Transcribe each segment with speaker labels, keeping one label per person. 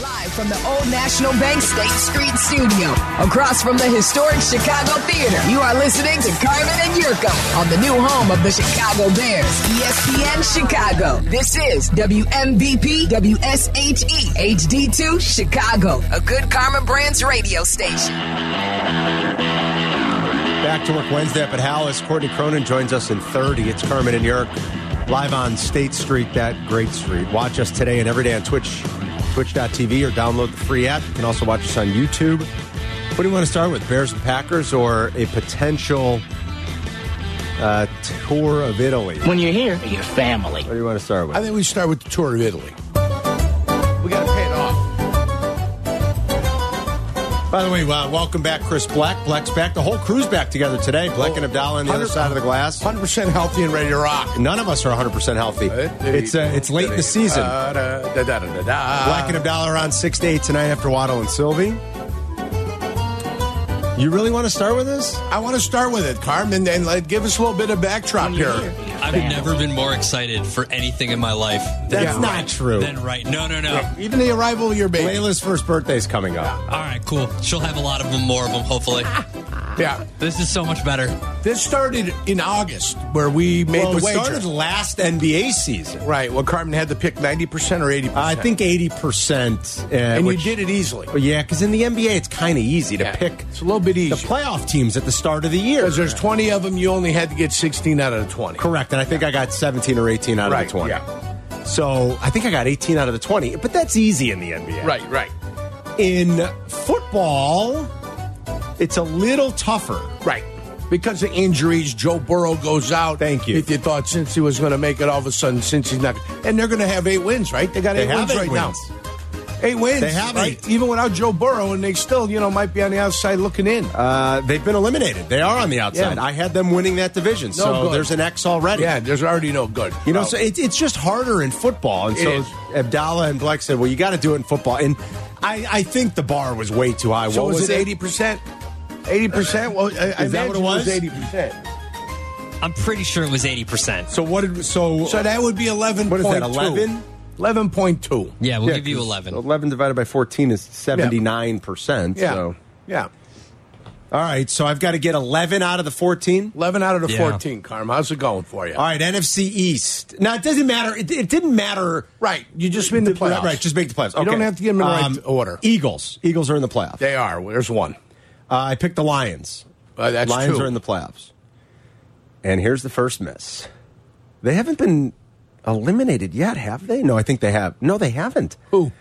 Speaker 1: Live from the Old National Bank State Street Studio, across from the historic Chicago Theater, you are listening to Carmen and Yurko on the new home of the Chicago Bears, E ESPN Chicago. This is WMVP WSHE HD2 Chicago, a good Carmen Brands radio station.
Speaker 2: Back to work Wednesday up at Hallis. Courtney Cronin joins us in 30. It's Carmen and York live on State Street, that great street. Watch us today and every day on Twitch, twitch.tv, or download the free app. You can also watch us on YouTube. What do you want to start with, Bears and Packers or a potential uh, tour of Italy? What
Speaker 3: When you're here, your family.
Speaker 2: do you want to start with?
Speaker 4: I think we start with the tour of Italy. We got to pay it off.
Speaker 2: By the way, uh, welcome back, Chris Black. Black's back. The whole crew's back together today.
Speaker 4: Oh,
Speaker 2: Black and Abdallah on the other
Speaker 4: 100
Speaker 2: side of the glass.
Speaker 4: 100% healthy and ready to rock.
Speaker 2: None of us are 100% healthy. It's, uh, it's late in the season.
Speaker 4: Da, da, da, da, da, da.
Speaker 2: Black and Abdallah are on 6 to 8 tonight after Waddle and Sylvie. You really want to start with this?
Speaker 4: I want to start with it, Carmen, and like, give us a little bit of backdrop here.
Speaker 5: I've never been more excited for anything in my life. Than
Speaker 2: That's not true.
Speaker 5: Than right. No, no, no.
Speaker 4: Even the arrival of your baby.
Speaker 2: Layla's first birthday's coming up.
Speaker 5: All right, cool. She'll have a lot of them, more of them, hopefully.
Speaker 4: Yeah.
Speaker 5: This is so much better.
Speaker 4: This started in August, where we made
Speaker 2: well,
Speaker 4: the
Speaker 2: it
Speaker 4: wager.
Speaker 2: started last NBA season.
Speaker 4: right. Well, Carmen had to pick 90% or 80%.
Speaker 2: I think 80%. Uh,
Speaker 4: And
Speaker 2: which-
Speaker 4: you did it easily.
Speaker 2: Yeah, because in the NBA, it's kind of easy to
Speaker 4: Yeah.
Speaker 2: pick
Speaker 4: It's a little bit
Speaker 2: the
Speaker 4: easier.
Speaker 2: playoff teams at the start of the year.
Speaker 4: Because there's 20 of them, you only had to get 16 out of the 20.
Speaker 2: Correct. And I think I got 17 or 18 out of
Speaker 4: Right,
Speaker 2: the 20.
Speaker 4: yeah.
Speaker 2: So I think I got 18 out of the 20, but that's easy in the NBA.
Speaker 4: Right, right,
Speaker 2: In football, it's a little tougher.
Speaker 4: right. Because of injuries, Joe Burrow goes out.
Speaker 2: Thank you.
Speaker 4: If you thought since he was going to make it, all of a sudden since he's not, and they're going to have eight wins, right? They got
Speaker 2: They
Speaker 4: eight
Speaker 2: have
Speaker 4: wins
Speaker 2: eight
Speaker 4: right
Speaker 2: wins.
Speaker 4: now. Eight wins.
Speaker 2: They have
Speaker 4: right?
Speaker 2: eight.
Speaker 4: Even without Joe Burrow, and they still, you know, might be on the outside looking in.
Speaker 2: Uh, they've been eliminated. They are on the outside.
Speaker 4: Yeah.
Speaker 2: I had them winning that division, so
Speaker 4: good.
Speaker 2: there's an X already.
Speaker 4: yeah, there's already no good.
Speaker 2: You know,
Speaker 4: Well,
Speaker 2: so it, it's just harder in football. And
Speaker 4: It
Speaker 2: so
Speaker 4: is.
Speaker 2: Abdallah and Black said, well, you got to do it in football. And I, I think the bar was way too high.
Speaker 4: so
Speaker 2: what
Speaker 4: was, it eighty percent? Eighty percent? Well, I, I
Speaker 2: Is that what it
Speaker 4: imagine
Speaker 2: was?
Speaker 4: Eighty percent.
Speaker 5: I'm pretty sure it was 80%.
Speaker 2: So what did, so,
Speaker 4: So that would be eleven.
Speaker 2: What is that, 11?
Speaker 4: Eleven point two.
Speaker 5: Yeah, we'll
Speaker 2: Yeah,
Speaker 5: give you
Speaker 2: 'cause
Speaker 5: 11.
Speaker 2: 11 divided by 14 is 79%.
Speaker 4: Yeah.
Speaker 2: So.
Speaker 4: Yeah.
Speaker 2: All right, so I've got to get 11 out of the 14.
Speaker 4: 11 out of the
Speaker 5: Yeah.
Speaker 4: 14, Carm. How's it going for you?
Speaker 2: All right, NFC East. Now, it doesn't matter. It, it didn't matter.
Speaker 4: Right. You just made the playoffs.
Speaker 2: Right, just make the playoffs.
Speaker 4: You
Speaker 2: Okay.
Speaker 4: don't have to get them in the right
Speaker 2: Um,
Speaker 4: order.
Speaker 2: Eagles. Eagles are in the playoffs.
Speaker 4: They are. There's one.
Speaker 2: Uh, I picked the Lions.
Speaker 4: Uh, that's
Speaker 2: Lions
Speaker 4: two.
Speaker 2: are in the playoffs. And here's the first miss. They haven't been eliminated yet, have they? No, I think they have. No, they haven't.
Speaker 4: Who?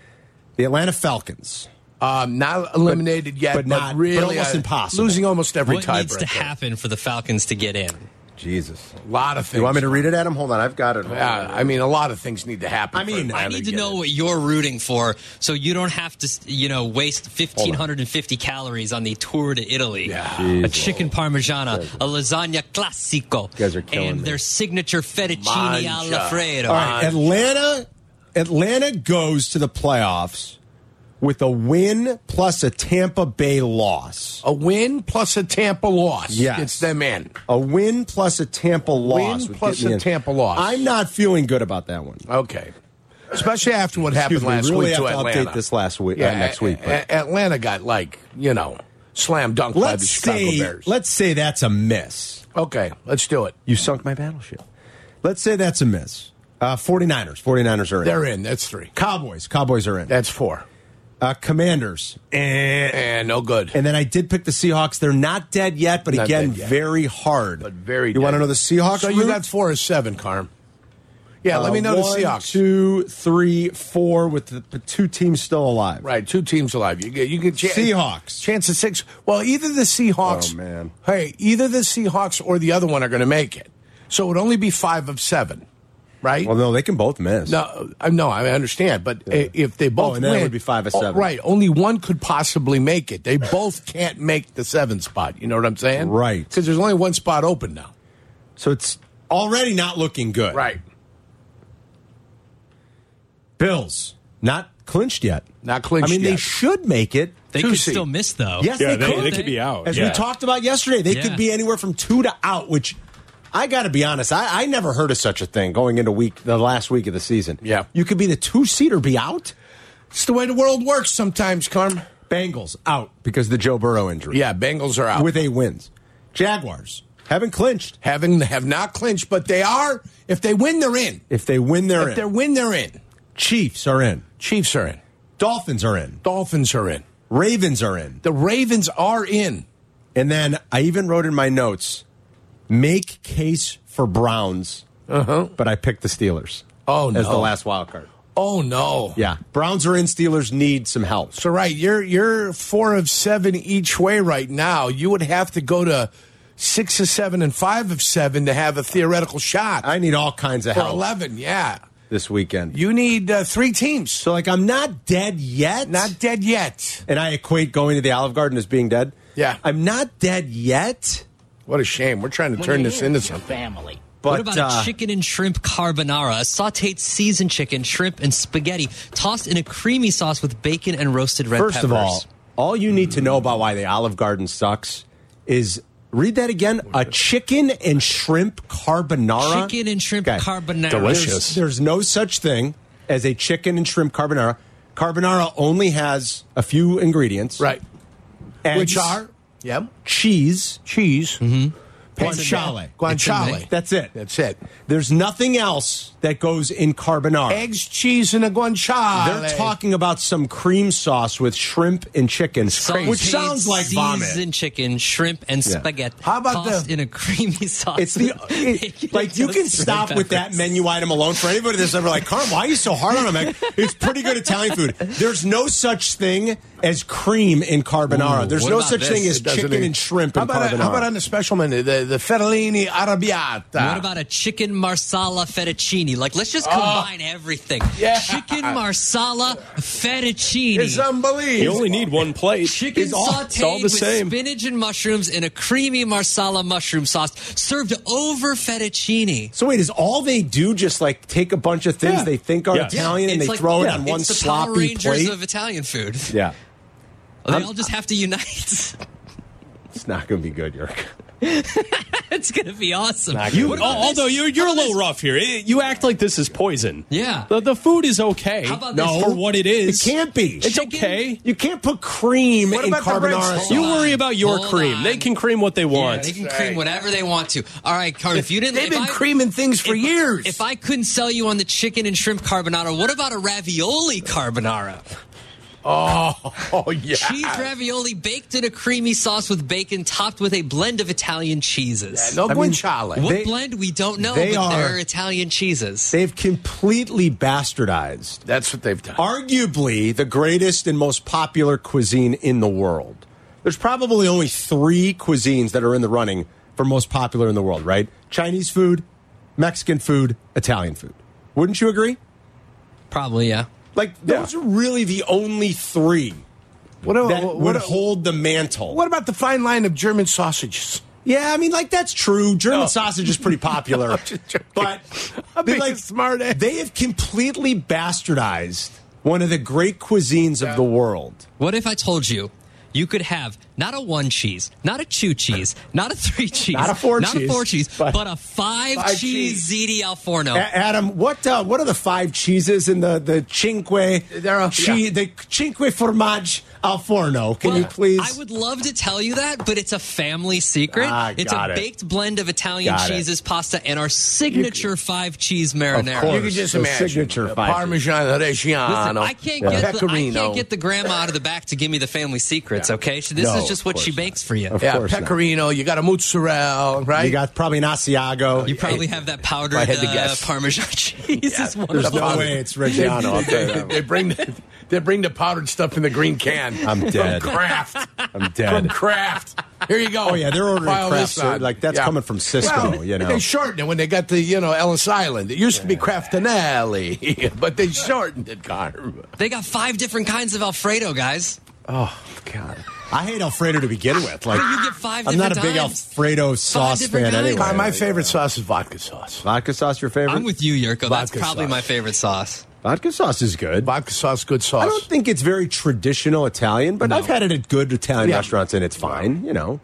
Speaker 2: The Atlanta Falcons.
Speaker 4: Um, not eliminated yet,
Speaker 2: but
Speaker 4: but,
Speaker 2: not-
Speaker 4: really
Speaker 2: but almost
Speaker 4: uh,
Speaker 2: impossible.
Speaker 4: Losing almost every
Speaker 5: what
Speaker 4: tiebreaker.
Speaker 5: needs to happen for the Falcons to get in?
Speaker 2: Jesus.
Speaker 4: A lot of things.
Speaker 2: You want me to read it, Adam? Hold on, I've got it.
Speaker 4: Yeah, I mean, a lot of things need to happen.
Speaker 2: I mean,
Speaker 4: for
Speaker 5: I
Speaker 4: Atlanta
Speaker 5: need to
Speaker 4: get
Speaker 5: know
Speaker 4: in.
Speaker 5: what you're rooting for so you don't have to, you know, waste 1,550 calories on the tour to Italy.
Speaker 4: Yeah.
Speaker 5: A chicken parmigiana, a lasagna classico,
Speaker 2: guys are killing
Speaker 5: and
Speaker 2: me.
Speaker 5: their signature fettuccine
Speaker 4: Mangia.
Speaker 5: all'alfredo.
Speaker 2: All right, Atlanta. Atlanta goes to the playoffs with a win plus a Tampa Bay loss.
Speaker 4: A win plus a Tampa loss
Speaker 2: Yes.
Speaker 4: gets them in.
Speaker 2: A win plus a Tampa loss. would get
Speaker 4: plus
Speaker 2: me
Speaker 4: a
Speaker 2: in.
Speaker 4: Tampa loss.
Speaker 2: I'm not feeling good about that one.
Speaker 4: Okay. Especially after what happened
Speaker 2: Excuse me,
Speaker 4: last
Speaker 2: really
Speaker 4: week to
Speaker 2: have to
Speaker 4: Atlanta.
Speaker 2: update this last week- uh, next week,
Speaker 4: A-
Speaker 2: but-
Speaker 4: A- Atlanta got like you know slam dunked by the
Speaker 2: Let's
Speaker 4: Chicago
Speaker 2: say,
Speaker 4: Bears.
Speaker 2: let's say that's a miss.
Speaker 4: okay, let's do it.
Speaker 2: You sunk my battleship. Let's say that's a miss. Uh, 49ers. 49ers are in.
Speaker 4: They're in. That's three.
Speaker 2: Cowboys. Cowboys are in.
Speaker 4: That's four.
Speaker 2: Uh, commanders. Eh.
Speaker 4: And no good.
Speaker 2: And then I did pick the Seahawks. They're not dead yet, but
Speaker 4: Not
Speaker 2: again,
Speaker 4: dead yet.
Speaker 2: very hard.
Speaker 4: but very.
Speaker 2: You want to
Speaker 4: dead.
Speaker 2: know the Seahawks?
Speaker 4: So you
Speaker 2: route?
Speaker 4: got four or seven, Carm. Yeah,
Speaker 2: Uh,
Speaker 4: let me know
Speaker 2: one,
Speaker 4: the Seahawks.
Speaker 2: Two, three, four, with the, the two teams still alive.
Speaker 4: Right, two teams alive. You get you get
Speaker 2: Seahawks.
Speaker 4: Chance of six. Well, either the Seahawks.
Speaker 2: Oh, man.
Speaker 4: Hey, either the Seahawks or the other one are going to make it. So it would only be five of seven, right?
Speaker 2: Well, no, they can both miss. Oh,
Speaker 4: No, I no, I understand, but i if they both
Speaker 2: and then it
Speaker 4: win,
Speaker 2: would be five or
Speaker 4: oh,
Speaker 2: seven.
Speaker 4: right? Only one could possibly make it. They both can't make the seven spot. You know what I'm saying?
Speaker 2: Right.
Speaker 4: Because there's only one spot open now.
Speaker 2: So it's already not looking good. Bills. Not clinched yet.
Speaker 4: Not clinched
Speaker 2: I mean, they
Speaker 4: yet.
Speaker 2: should make it.
Speaker 5: They
Speaker 4: Two
Speaker 5: could
Speaker 4: seed.
Speaker 5: still miss though.
Speaker 2: Yes,
Speaker 6: Yeah,
Speaker 2: they,
Speaker 6: they,
Speaker 2: could.
Speaker 6: they could be out.
Speaker 2: As
Speaker 6: yeah.
Speaker 2: we talked about yesterday, they
Speaker 5: Yeah.
Speaker 2: could be anywhere from two to out, which I got to be honest, I, I never heard of such a thing going into week the last week of the season.
Speaker 4: Yeah.
Speaker 2: you could be the two seed or be out.
Speaker 4: It's the way the world works sometimes, Carm.
Speaker 2: Bengals out because of the Joe Burrow injury.
Speaker 4: Yeah, Bengals are out.
Speaker 2: With eight wins. Jaguars haven't clinched.
Speaker 4: having have not clinched, but they are. If they win, they're in.
Speaker 2: If they win,
Speaker 4: If
Speaker 2: they're in.
Speaker 4: they win, they're in.
Speaker 2: Chiefs are in.
Speaker 4: Chiefs are in.
Speaker 2: Dolphins are in.
Speaker 4: Dolphins are in.
Speaker 2: Ravens are in.
Speaker 4: The Ravens are in.
Speaker 2: And then I even wrote in my notes, make case for Browns. Uh-huh. But I picked the Steelers.
Speaker 4: Oh,
Speaker 2: As
Speaker 4: no.
Speaker 2: the last wild card.
Speaker 4: Oh no.
Speaker 2: Yeah. Browns are in. Steelers need some help.
Speaker 4: So right, you're you're four of seven each way right now. You would have to go to six of seven and five of seven to have a theoretical shot.
Speaker 2: I need all kinds of
Speaker 4: or
Speaker 2: help
Speaker 4: eleven, yeah.
Speaker 2: this weekend.
Speaker 4: You need uh, three teams.
Speaker 2: so, like, I'm not dead yet.
Speaker 4: Not dead yet.
Speaker 2: and I equate going to the Olive Garden as being dead.
Speaker 4: Yeah.
Speaker 2: I'm not dead yet,
Speaker 4: What a shame. We're trying to turn this into something.
Speaker 3: Family.
Speaker 2: but
Speaker 5: what about
Speaker 2: uh,
Speaker 5: a chicken and shrimp carbonara? A sauteed seasoned chicken, shrimp, and spaghetti tossed in a creamy sauce with bacon and roasted red
Speaker 2: First
Speaker 5: peppers.
Speaker 2: of all, all you need to know about why the Olive Garden sucks is read that again: a chicken and shrimp carbonara.
Speaker 5: Chicken and shrimp
Speaker 2: Okay.
Speaker 5: carbonara.
Speaker 2: There's, there's no such thing as a chicken and shrimp carbonara. Carbonara only has a few ingredients,
Speaker 4: Right.
Speaker 2: Eggs,
Speaker 4: Which are Yep.
Speaker 2: cheese,
Speaker 4: Cheese. Mm-hmm.
Speaker 2: Guanciale.
Speaker 4: Guanciale.
Speaker 2: That's it.
Speaker 4: That's it.
Speaker 2: There's nothing else that goes in carbonara.
Speaker 4: Eggs, cheese, and a guanciale.
Speaker 2: They're talking about some cream sauce with shrimp and chicken,
Speaker 5: Sauteed
Speaker 2: which sounds like vomit.
Speaker 5: Seasoned chicken, shrimp, and
Speaker 2: Yeah.
Speaker 5: spaghetti.
Speaker 4: How about
Speaker 5: tossed
Speaker 4: the-
Speaker 5: in a creamy sauce?
Speaker 2: It's the
Speaker 5: with bacon
Speaker 2: it- like
Speaker 5: and
Speaker 2: you can
Speaker 5: roasted
Speaker 2: stop
Speaker 5: red
Speaker 2: with that
Speaker 5: peppers.
Speaker 2: menu item alone. For anybody that's ever like, Carm, why are you so hard on them? Like, it's pretty good Italian food. There's no such thing as cream in carbonara.
Speaker 5: Ooh,
Speaker 2: There's
Speaker 5: what
Speaker 2: no
Speaker 5: about
Speaker 2: such
Speaker 5: this?
Speaker 2: thing as
Speaker 5: It
Speaker 4: Doesn't
Speaker 2: chicken
Speaker 4: it?
Speaker 2: and shrimp
Speaker 4: How
Speaker 2: in
Speaker 4: about,
Speaker 2: carbonara.
Speaker 4: how about on the special menu, the, the fettuccine arrabbiata?
Speaker 5: What about a chicken marsala fettuccine? Like, let's
Speaker 2: Ah.
Speaker 5: just combine everything.
Speaker 4: Yeah.
Speaker 5: Chicken marsala fettuccine.
Speaker 4: It's unbelievable.
Speaker 6: You only need one plate.
Speaker 5: Chicken
Speaker 6: It's all-
Speaker 5: sauteed
Speaker 6: it's all the
Speaker 5: with
Speaker 6: same.
Speaker 5: spinach and mushrooms in a creamy marsala mushroom sauce, served over fettuccine.
Speaker 2: so wait, is all they do just like take a bunch of things
Speaker 6: Yeah.
Speaker 2: they think are
Speaker 6: Yeah.
Speaker 2: Italian and
Speaker 5: It's
Speaker 2: they
Speaker 5: like-
Speaker 2: throw it
Speaker 6: yeah.
Speaker 2: on
Speaker 5: It's
Speaker 2: one
Speaker 5: the Power
Speaker 2: sloppy
Speaker 5: Rangers
Speaker 2: plate?
Speaker 5: of Italian food.
Speaker 2: yeah,
Speaker 5: They all just have to unite.
Speaker 2: it's not going to be good, York.
Speaker 5: it's gonna be awesome.
Speaker 2: You-
Speaker 5: What about
Speaker 6: Al- oh, Although
Speaker 5: this?
Speaker 6: you're you're a little rough here. It- you act like this is poison.
Speaker 5: Yeah.
Speaker 6: The, the food is okay.
Speaker 5: How about
Speaker 6: no,
Speaker 5: this?
Speaker 6: for what it
Speaker 2: It
Speaker 6: is.
Speaker 2: can't be.
Speaker 6: It's
Speaker 5: Chicken-
Speaker 6: okay.
Speaker 2: You can't put cream
Speaker 4: What
Speaker 2: in
Speaker 4: about the Red
Speaker 2: carbonara.
Speaker 4: Sox?
Speaker 2: sauce.
Speaker 6: You worry about your
Speaker 5: Hold
Speaker 6: cream.
Speaker 5: on.
Speaker 6: They can cream what they
Speaker 5: Yeah,
Speaker 6: want.
Speaker 5: they can cream whatever they want to. All right, Carmen, if you didn't,
Speaker 4: They've
Speaker 5: if
Speaker 4: been
Speaker 5: I-
Speaker 4: creaming things for
Speaker 5: if-
Speaker 4: years.
Speaker 5: If I couldn't sell you on the chicken and shrimp carbonara, what about a ravioli carbonara?
Speaker 4: oh yeah,
Speaker 5: Cheese ravioli baked in a creamy sauce with bacon, topped with a blend of Italian cheeses.
Speaker 4: no
Speaker 2: I mean,
Speaker 4: guanciale.
Speaker 5: what
Speaker 2: they-
Speaker 5: blend? We don't know,
Speaker 2: they
Speaker 5: but
Speaker 2: are-
Speaker 5: they're Italian cheeses.
Speaker 2: They've completely bastardized
Speaker 4: That's what they've done.
Speaker 2: arguably the greatest and most popular cuisine in the world. There's probably only three cuisines that are in the running for most popular in the world, right? Chinese food, Mexican food, Italian food. Wouldn't you agree?
Speaker 5: Probably, yeah.
Speaker 2: Like those are really the only three
Speaker 4: What, a-
Speaker 2: that
Speaker 4: what,
Speaker 2: would
Speaker 4: a-
Speaker 2: hold the mantle.
Speaker 4: what about the fine line of German sausages?
Speaker 2: Yeah, I mean, like that's true. German sausage is pretty popular,
Speaker 4: just joking.
Speaker 2: but
Speaker 4: I'm
Speaker 2: they
Speaker 4: being
Speaker 2: like
Speaker 4: a smart ass.
Speaker 2: They have completely bastardized one of the great cuisines of the world.
Speaker 5: What if I told you you could have not a one cheese, not a two cheese, not a three cheese,
Speaker 2: Not a four cheese,
Speaker 5: cheese,
Speaker 2: but-
Speaker 5: but, a five,
Speaker 2: Five
Speaker 5: cheese ziti al forno?
Speaker 2: A- Adam, what uh, what are the five cheeses in the the cinque?
Speaker 4: There are-
Speaker 2: che-
Speaker 4: yeah.
Speaker 2: the cinque formaggi al forno. Can you
Speaker 5: Well,
Speaker 2: please?
Speaker 5: I would love to tell you that, but it's a family secret.
Speaker 2: Ah,
Speaker 5: it's
Speaker 2: got
Speaker 5: a
Speaker 2: it.
Speaker 5: baked blend of Italian
Speaker 2: Got it.
Speaker 5: cheeses, pasta, and our signature five cheese marinara.
Speaker 2: course.
Speaker 4: You can just
Speaker 2: the
Speaker 4: imagine
Speaker 2: signature
Speaker 4: uh,
Speaker 2: five cheese.
Speaker 4: Parmesan Reggiano.
Speaker 5: Listen, I can't
Speaker 4: Yeah.
Speaker 5: get the, I
Speaker 4: Pecorino.
Speaker 5: can't get the grandma out of the back to give me the family secrets. Okay, so this
Speaker 2: No,
Speaker 5: is just
Speaker 2: of
Speaker 5: what she
Speaker 2: course not.
Speaker 5: bakes for you.
Speaker 2: Of
Speaker 4: yeah,
Speaker 2: course not.
Speaker 4: pecorino. You got a mozzarella, right?
Speaker 2: You got probably an Asiago.
Speaker 5: You probably have that powdered
Speaker 4: had to
Speaker 5: uh,
Speaker 4: guess.
Speaker 5: Parmesan cheese. is one
Speaker 2: There's
Speaker 5: of
Speaker 2: no
Speaker 5: them.
Speaker 2: way it's Reggiano. I'll tell you that.
Speaker 4: they bring the, they bring the powdered stuff in the green can.
Speaker 2: I'm dead.
Speaker 4: From Kraft.
Speaker 2: I'm
Speaker 4: From
Speaker 2: dead.
Speaker 4: Kraft. Here you go.
Speaker 2: Oh, yeah, they're ordering
Speaker 4: File
Speaker 2: Kraft,
Speaker 4: this on.
Speaker 2: so, like, that's coming from Cisco, you know.
Speaker 4: They shortened it when they got the you know Ellis Island. It used to be Craftinelli, but they shortened it, Carm.
Speaker 5: They got five different kinds of Alfredo, guys.
Speaker 4: Oh,
Speaker 2: I hate Alfredo to begin with. Like
Speaker 5: You get five
Speaker 2: I'm not a
Speaker 5: different
Speaker 2: big
Speaker 5: times.
Speaker 2: Alfredo sauce
Speaker 5: different
Speaker 2: fan
Speaker 5: times.
Speaker 2: anyway.
Speaker 5: By
Speaker 4: My favorite sauce is vodka sauce.
Speaker 2: vodka sauce your favorite?
Speaker 5: I'm with you, Yurko. That's
Speaker 4: Vodka
Speaker 5: probably
Speaker 4: sauce.
Speaker 5: my favorite sauce.
Speaker 2: vodka sauce is good.
Speaker 4: Vodka sauce, good sauce.
Speaker 2: I don't think it's very traditional Italian, but I've had it at good Italian
Speaker 4: Yeah.
Speaker 2: restaurants and it's fine, you know.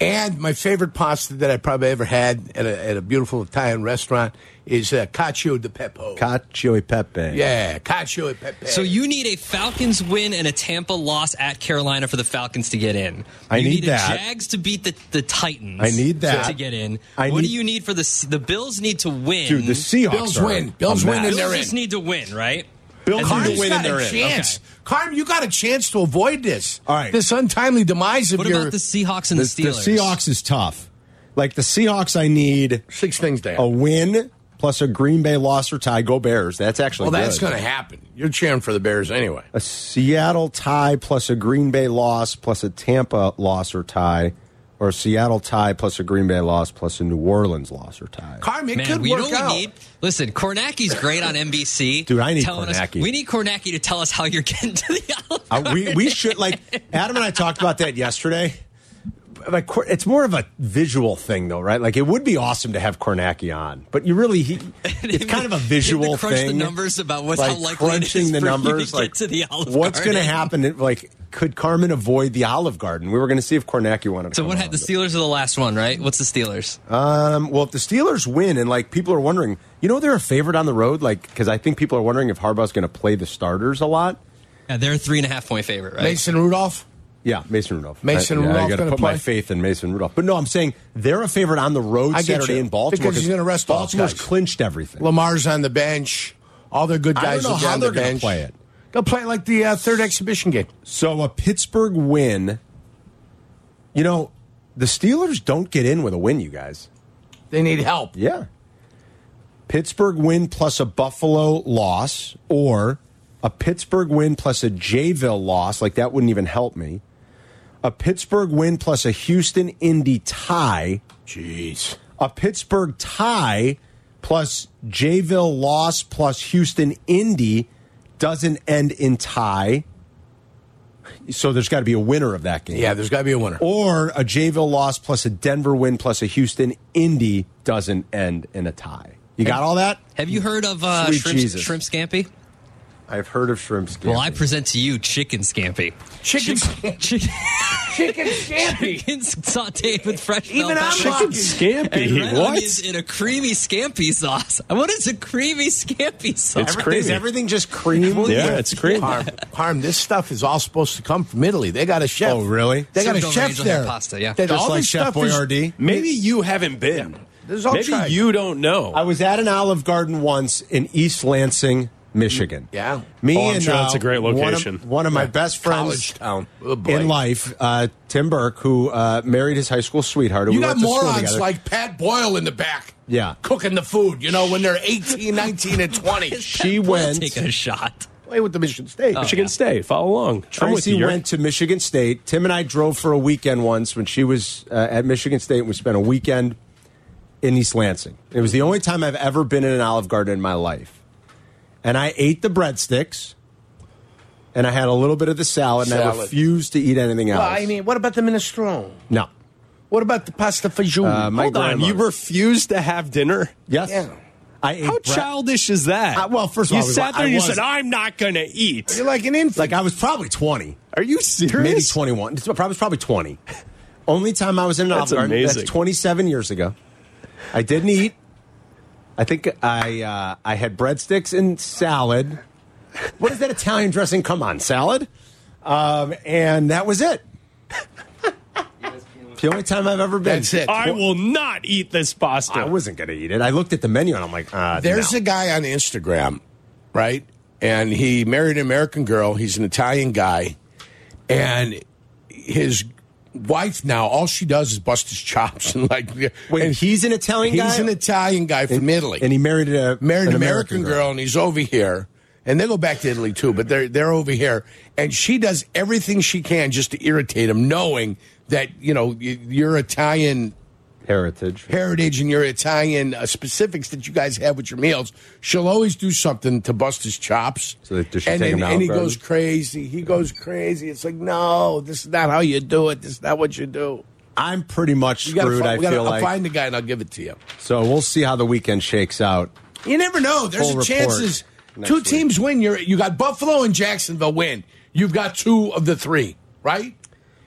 Speaker 4: And my favorite pasta that I probably ever had at a, at a beautiful Italian restaurant is uh, cacio di pepe.
Speaker 2: Cacio e Pepe.
Speaker 4: yeah, cacio e pepe.
Speaker 5: So you need a Falcons win and a Tampa loss at Carolina for the Falcons to get in.
Speaker 2: I
Speaker 5: You
Speaker 2: need
Speaker 5: a
Speaker 2: that.
Speaker 5: Jags to beat the, the Titans.
Speaker 2: I need
Speaker 5: to-
Speaker 2: that.
Speaker 5: to get in.
Speaker 2: I
Speaker 5: what
Speaker 2: need-
Speaker 5: do you need for the C- the Bills need to win?
Speaker 2: Dude, the Seahawks
Speaker 4: Bills
Speaker 2: are
Speaker 4: win.
Speaker 2: a
Speaker 4: Bills win
Speaker 2: mess.
Speaker 4: and
Speaker 5: Bills
Speaker 4: they're
Speaker 5: just
Speaker 4: in.
Speaker 5: need to win, right?
Speaker 6: Bills
Speaker 5: And
Speaker 6: need to
Speaker 5: then-
Speaker 4: Carm's
Speaker 6: win
Speaker 4: got
Speaker 6: and they're
Speaker 4: a
Speaker 6: in.
Speaker 4: chance.
Speaker 5: Okay.
Speaker 4: Carm, you got a chance to avoid this.
Speaker 2: All right.
Speaker 4: This untimely demise of
Speaker 5: What
Speaker 4: your
Speaker 5: about the Seahawks and the,
Speaker 2: The, the
Speaker 5: Steelers?
Speaker 2: Seahawks is tough. Like the Seahawks, I need
Speaker 4: six things, Dan.
Speaker 2: a win plus a Green Bay loss or tie. Go Bears. That's actually
Speaker 4: well, that's
Speaker 2: good.
Speaker 4: going to happen. You're cheering for the Bears anyway.
Speaker 2: a Seattle tie plus a Green Bay loss plus a Tampa loss or tie, or a Seattle tie plus a Green Bay loss plus a New Orleans loss or tie.
Speaker 4: Carm, it
Speaker 5: Man,
Speaker 4: could
Speaker 5: we
Speaker 4: work
Speaker 5: know what
Speaker 4: out.
Speaker 5: we need. Listen, Kornacki's great on NBC.
Speaker 2: Dude, I need
Speaker 5: telling
Speaker 2: Kornacki.
Speaker 5: Us, we need Kornacki to tell us how you're getting to the Olive
Speaker 2: Uh, we we should like Adam and I talked about that yesterday. Like Cor- it's more of a visual thing though, right? Like it would be awesome to have Kornacki on, but you really he, it's kind of a
Speaker 5: You
Speaker 2: visual
Speaker 5: have to crunch
Speaker 2: thing.
Speaker 5: the numbers about what's
Speaker 2: like
Speaker 5: how likely it
Speaker 2: crunching
Speaker 5: is
Speaker 2: the
Speaker 5: for you to
Speaker 2: numbers,
Speaker 5: get
Speaker 2: like
Speaker 5: to the Olive
Speaker 2: what's going to
Speaker 5: Garden.
Speaker 2: happen? If, like could Carmen avoid the Olive Garden? We were going to see if Kornacki wanted. to
Speaker 5: So
Speaker 2: come
Speaker 5: what
Speaker 2: on,
Speaker 5: had the
Speaker 2: but-
Speaker 5: Steelers are the last one, right? What's the Steelers?
Speaker 2: Um, well, if the Steelers win, and like people are wondering, you know, they're a favorite on the road, like because I think people are wondering if Harbaugh's going to play the starters a lot.
Speaker 5: Yeah, they're a three and a half point favorite, right?
Speaker 4: Mason Rudolph.
Speaker 2: Yeah, Mason Rudolph.
Speaker 4: Mason
Speaker 2: I, yeah,
Speaker 4: Rudolph
Speaker 2: I got to
Speaker 4: gonna
Speaker 2: put my
Speaker 4: play?
Speaker 2: faith in Mason Rudolph. But no, I'm saying they're a favorite on the road
Speaker 4: I get
Speaker 2: Saturday
Speaker 4: you.
Speaker 2: in Baltimore
Speaker 4: Because he's gonna rest all those
Speaker 2: Baltimore's
Speaker 4: guys.
Speaker 2: clinched everything.
Speaker 4: Lamar's on the bench. All their good
Speaker 2: I don't
Speaker 4: guys
Speaker 2: know
Speaker 4: will be
Speaker 2: how
Speaker 4: on
Speaker 2: they're
Speaker 4: the
Speaker 2: gonna
Speaker 4: bench.
Speaker 2: play it.
Speaker 4: They'll play it like the uh, third exhibition game.
Speaker 2: So a Pittsburgh win. You know, the Steelers don't get in with a win, you guys.
Speaker 4: They need help.
Speaker 2: Yeah. Pittsburgh win plus a Buffalo loss or a Pittsburgh win plus a Jayville loss, like that wouldn't even help me. A Pittsburgh win plus a Houston Indy tie,
Speaker 4: Jeez.
Speaker 2: a Pittsburgh tie plus Jayville loss plus Houston Indy doesn't end in tie. So there's got to be a winner of that game
Speaker 4: Yeah, there's got to be a winner.
Speaker 2: or a Jayville loss plus a Denver win plus a Houston Indy doesn't end in a tie. You got all that?
Speaker 5: Have you heard of uh,
Speaker 2: Sweet
Speaker 5: shrimp,
Speaker 2: Jesus.
Speaker 5: shrimp scampi?
Speaker 2: I've heard of shrimp scampi.
Speaker 5: Well, I present to you chicken scampi.
Speaker 4: Chicken,
Speaker 5: Chicken,
Speaker 4: chicken scampi.
Speaker 5: chicken sauteed with fresh
Speaker 4: Even
Speaker 5: bell
Speaker 4: I'm
Speaker 5: peppers.
Speaker 4: like-
Speaker 6: Chicken
Speaker 5: and red
Speaker 6: scampi.
Speaker 5: onions
Speaker 6: What?
Speaker 5: in a creamy scampi sauce. What is a creamy scampi sauce?
Speaker 6: It's
Speaker 2: Every-
Speaker 6: creamy.
Speaker 2: Is everything just cream?
Speaker 6: Yeah, it's cream.
Speaker 4: Harm, harm, this stuff is all supposed to come from Italy. They got a chef.
Speaker 2: Oh, really?
Speaker 4: They got a
Speaker 5: Sergio
Speaker 4: chef
Speaker 5: Angel
Speaker 4: there.
Speaker 5: had pasta, yeah.
Speaker 4: That
Speaker 2: Just
Speaker 4: all
Speaker 2: like
Speaker 4: this
Speaker 2: Chef
Speaker 4: stuff is-
Speaker 2: Boyardee?
Speaker 6: Maybe you haven't been.
Speaker 4: This is all
Speaker 6: Maybe
Speaker 4: tried.
Speaker 6: you don't know.
Speaker 2: I was at an Olive Garden once in East Lansing, Michigan.
Speaker 4: Yeah.
Speaker 2: Me
Speaker 6: Oh, I'm
Speaker 2: and
Speaker 6: sure
Speaker 2: uh,
Speaker 6: that's a great
Speaker 2: one of-
Speaker 6: location.
Speaker 2: One of, my best friends
Speaker 4: College town. Oh, boy.
Speaker 2: in life, uh, Tim Burke, who uh, married his high school sweetheart. who
Speaker 4: You
Speaker 2: we
Speaker 4: got
Speaker 2: went to school
Speaker 4: morons
Speaker 2: together.
Speaker 4: like Pat Boyle in the back.
Speaker 2: Yeah.
Speaker 4: Cooking the food, you know, when they're 18, 19, and 20.
Speaker 2: she went
Speaker 5: Taking a shot. Oh,
Speaker 2: play with the Michigan State.
Speaker 6: Michigan State. Follow along. I'm with
Speaker 2: Tracy
Speaker 6: you. Yurt.
Speaker 2: went to Michigan State. Tim and I drove for a weekend once when she was uh, at Michigan State. We spent a weekend in East Lansing. It was the only time I've ever been in an Olive Garden in my life. And I ate the breadsticks and I had a little bit of the salad, and I
Speaker 4: Salad.
Speaker 2: refused to eat anything else.
Speaker 4: Well, I mean, what about the minestrone?
Speaker 2: no.
Speaker 4: What about the pasta fagioli?
Speaker 2: Uh, my
Speaker 6: Hold on.
Speaker 2: grandmother.
Speaker 6: You refused to have dinner.
Speaker 2: Yes.
Speaker 4: Yeah.
Speaker 2: I ate
Speaker 6: How
Speaker 2: bre-
Speaker 6: childish is that?
Speaker 2: Uh, well, first of all, I
Speaker 6: you
Speaker 2: was-
Speaker 6: sat there
Speaker 2: I
Speaker 6: and you
Speaker 2: was-
Speaker 6: said, "I'm not going to eat."
Speaker 4: You're like an infant.
Speaker 2: Like I was probably 20.
Speaker 6: Are you serious?
Speaker 2: Maybe 21. It's- I was probably 20. Only time I was in an
Speaker 6: That's
Speaker 2: Olive Garden.
Speaker 6: amazing.
Speaker 2: That's 27 years ago. I didn't eat. I think I uh, I had breadsticks and salad. What is that Italian dressing? Come on, salad. Um, and that was it. the only time I've ever been.
Speaker 4: That's it.
Speaker 6: I will not eat this pasta.
Speaker 2: I wasn't going to eat it. I looked at the menu and I'm like, uh,
Speaker 4: There's
Speaker 2: no.
Speaker 4: a guy on Instagram, right? And he married an American girl. He's an Italian guy. And his wife now, all she does is bust his chops and like.
Speaker 2: Wait,
Speaker 4: and
Speaker 2: he's an Italian
Speaker 4: he's
Speaker 2: guy?
Speaker 4: an Italian guy from Italy.
Speaker 2: and he married a
Speaker 4: married an American,
Speaker 2: girl.
Speaker 4: girl. and he's over here. And they go back to Italy too, but they're they're over here, and she does everything she can just to irritate him, knowing that you know y- your Italian
Speaker 2: Heritage.
Speaker 4: heritage and your Italian uh, specifics that you guys have with your meals. She'll always do something to bust his chops.
Speaker 2: So that- does she
Speaker 4: and
Speaker 2: take
Speaker 4: then-
Speaker 2: him to
Speaker 4: and he
Speaker 2: Olive Garden?
Speaker 4: goes crazy. He goes crazy. It's like no, this is not how you do it. This is not what you do.
Speaker 2: I'm pretty much
Speaker 4: You gotta
Speaker 2: screwed.
Speaker 4: fi-
Speaker 2: I
Speaker 4: we gotta-
Speaker 2: feel
Speaker 4: I'll
Speaker 2: like.
Speaker 4: find the guy and I'll give it to you.
Speaker 2: so we'll see how the weekend shakes out.
Speaker 4: You never know. There's
Speaker 2: Full
Speaker 4: a
Speaker 2: report
Speaker 4: chances.
Speaker 2: next
Speaker 4: Two
Speaker 2: week.
Speaker 4: teams win. You're you got Buffalo and Jacksonville win. You've got two of the three, right?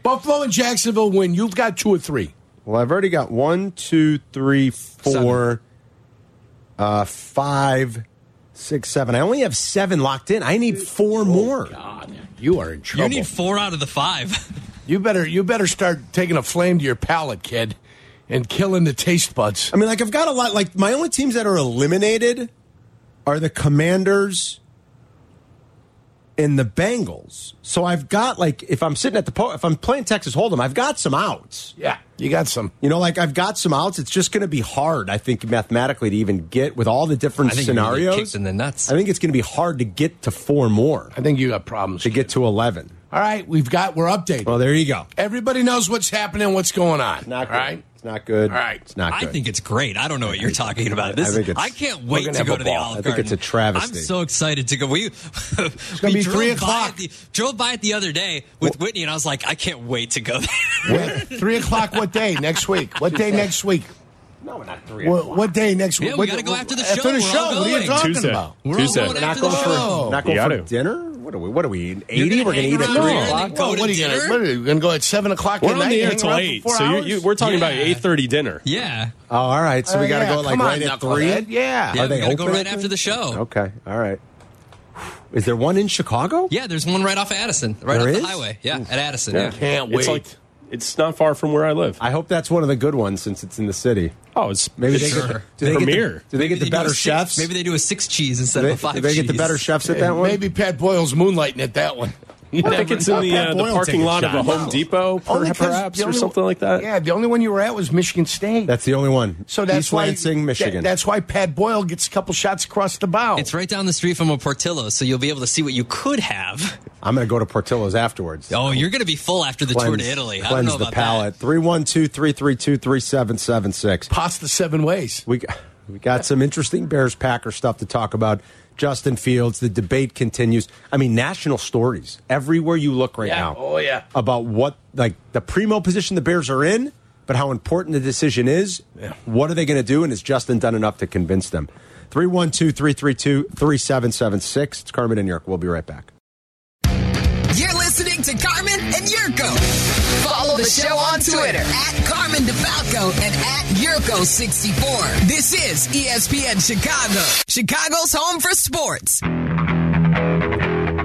Speaker 4: Buffalo and Jacksonville win. You've got two or three.
Speaker 2: Well, I've already got one, two, three, four, uh, five, six, seven. I only have seven locked in. I need four more.
Speaker 4: Oh, God, you are in trouble.
Speaker 5: You need four out of the five.
Speaker 4: You better you better start taking a flame to your palate, kid, and killing the taste buds.
Speaker 2: I mean, like I've got a lot. Like my only teams that are eliminated are the Commanders and the Bengals. So I've got like if I'm sitting at the po- if I'm playing Texas Hold'em, I've got some outs.
Speaker 4: Yeah, you got some.
Speaker 2: You know, like I've got some outs. It's just going to be hard, I think, mathematically to even get with all the different
Speaker 5: I think you really
Speaker 2: scenarios.
Speaker 5: kicked in the nuts.
Speaker 2: I think it's going to be hard to get to four more
Speaker 4: I think you got problems.
Speaker 2: to get to eleven.
Speaker 4: All right, we've got we're updated.
Speaker 2: Well, there you go.
Speaker 4: Everybody knows what's happening, what's going on.
Speaker 2: Not good.
Speaker 4: all right.
Speaker 2: It's not good.
Speaker 4: All right.
Speaker 2: It's not
Speaker 5: I
Speaker 2: good.
Speaker 5: think it's great. I don't know what you're talking about. This, I,
Speaker 2: think it's-
Speaker 5: can't
Speaker 2: We're
Speaker 5: wait
Speaker 2: gonna
Speaker 5: to
Speaker 2: have
Speaker 5: go
Speaker 2: a
Speaker 5: to the
Speaker 2: ball.
Speaker 5: Olive
Speaker 2: I
Speaker 5: Garden.
Speaker 2: think it's a travesty.
Speaker 5: I'm so excited to go. We, we
Speaker 4: be
Speaker 5: drove
Speaker 4: three
Speaker 5: by
Speaker 4: o'clock.
Speaker 5: at The, drove by it the other day with Whitney, and I was like, I can't wait to go there.
Speaker 4: Wait, three o'clock. What day next week? What day next week?
Speaker 2: no, we're not three.
Speaker 4: What, what day next week?
Speaker 5: Yeah, we
Speaker 4: What-
Speaker 5: gotta go after the show.
Speaker 4: After the
Speaker 5: We're
Speaker 4: show.
Speaker 5: all
Speaker 4: What are you
Speaker 5: going.
Speaker 4: talking
Speaker 6: Tuesday.
Speaker 4: about?
Speaker 5: We're all
Speaker 6: Tuesday.
Speaker 5: going
Speaker 2: not
Speaker 5: after
Speaker 2: going
Speaker 5: the
Speaker 2: for
Speaker 5: show.
Speaker 2: not going
Speaker 6: You
Speaker 2: for
Speaker 6: gotta.
Speaker 2: dinner. What are we? What are we? An
Speaker 5: You're
Speaker 2: eighty?
Speaker 5: gonna
Speaker 2: We're going to
Speaker 5: hang
Speaker 2: eat at
Speaker 5: around
Speaker 2: three
Speaker 5: here and
Speaker 2: o'clock.
Speaker 5: then go
Speaker 4: Well,
Speaker 5: to
Speaker 4: what are you
Speaker 5: dinner?
Speaker 4: gonna? What are you gonna go at seven o'clock?
Speaker 6: We're
Speaker 4: at
Speaker 6: on
Speaker 4: night,
Speaker 6: the air
Speaker 4: hang
Speaker 6: till
Speaker 4: around for
Speaker 6: eight,
Speaker 4: four
Speaker 6: so
Speaker 4: hours?
Speaker 6: you, you, we're talking about
Speaker 5: Yeah.
Speaker 6: eight thirty dinner.
Speaker 5: Yeah. Uh,
Speaker 2: Oh, all right. So we got to
Speaker 4: Yeah,
Speaker 2: go like
Speaker 4: come on,
Speaker 2: right at three.
Speaker 4: knucklehead. Yeah.
Speaker 5: Yeah,
Speaker 2: Are
Speaker 5: we
Speaker 2: they
Speaker 5: gotta go
Speaker 2: open
Speaker 5: right
Speaker 2: at
Speaker 5: after the show.
Speaker 2: Okay. All right. Is there one in Chicago?
Speaker 5: Yeah, there's one right off of Addison, right
Speaker 2: There
Speaker 5: off
Speaker 2: is?
Speaker 5: the highway. Yeah, at Addison.
Speaker 6: Yeah.
Speaker 5: Yeah.
Speaker 4: Can't wait.
Speaker 6: It's like it's not far from where I live.
Speaker 2: I hope that's one of the good ones since it's in the city.
Speaker 6: Oh, it's
Speaker 2: Maybe
Speaker 6: it's
Speaker 2: they get the,
Speaker 5: Sure.
Speaker 2: do they Get
Speaker 6: Premier.
Speaker 2: the, do they get
Speaker 5: Maybe
Speaker 2: the
Speaker 5: do a
Speaker 2: better
Speaker 5: six-
Speaker 2: chefs?
Speaker 5: Maybe they do a six cheese
Speaker 2: do
Speaker 5: instead
Speaker 2: they,
Speaker 5: of a five
Speaker 2: do they get the
Speaker 5: cheese.
Speaker 2: better chefs at that one.
Speaker 4: Maybe Pat Boyle's moonlighting at that one. You
Speaker 6: I think
Speaker 4: never
Speaker 6: it's
Speaker 4: know.
Speaker 6: in the,
Speaker 4: Pat
Speaker 6: uh, the
Speaker 4: Boyle take
Speaker 6: parking lot of
Speaker 4: shot.
Speaker 6: a Home Depot,
Speaker 4: Only 'cause
Speaker 6: perhaps,
Speaker 4: the
Speaker 6: or
Speaker 4: only-
Speaker 6: something like that.
Speaker 4: Yeah, the only one you were at was Michigan State.
Speaker 2: That's the only one.
Speaker 4: so that's
Speaker 2: East
Speaker 4: why
Speaker 2: Lansing, Michigan.
Speaker 4: that's why Pat Boyle gets a couple shots across the bow.
Speaker 5: It's right down the street from a Portillo, so you'll be able to see what you could have.
Speaker 2: I'm going to go to Portillo's afterwards.
Speaker 5: Oh, you're going to be full after the tour to Italy. I don't
Speaker 2: cleanse
Speaker 5: know about
Speaker 2: the palate. Three one two three three two three seven seven six.
Speaker 4: pasta seven ways.
Speaker 2: We got, we got some interesting Bears Packer stuff to talk about. Justin Fields, the debate continues. I mean, national stories everywhere you look right
Speaker 4: Yeah.
Speaker 2: now.
Speaker 4: Oh, yeah.
Speaker 2: About what, like the primo position the Bears are in, but how important the decision is. What are they going to do? And has Justin done enough to convince them? 312 332 3776. It's Carmen and York. We'll be right back.
Speaker 1: You're listening to Carmen and Yurko. Follow the show on Twitter at Carmen DeFalco and at Yurko64. This is E ESPN Chicago, Chicago's home for sports.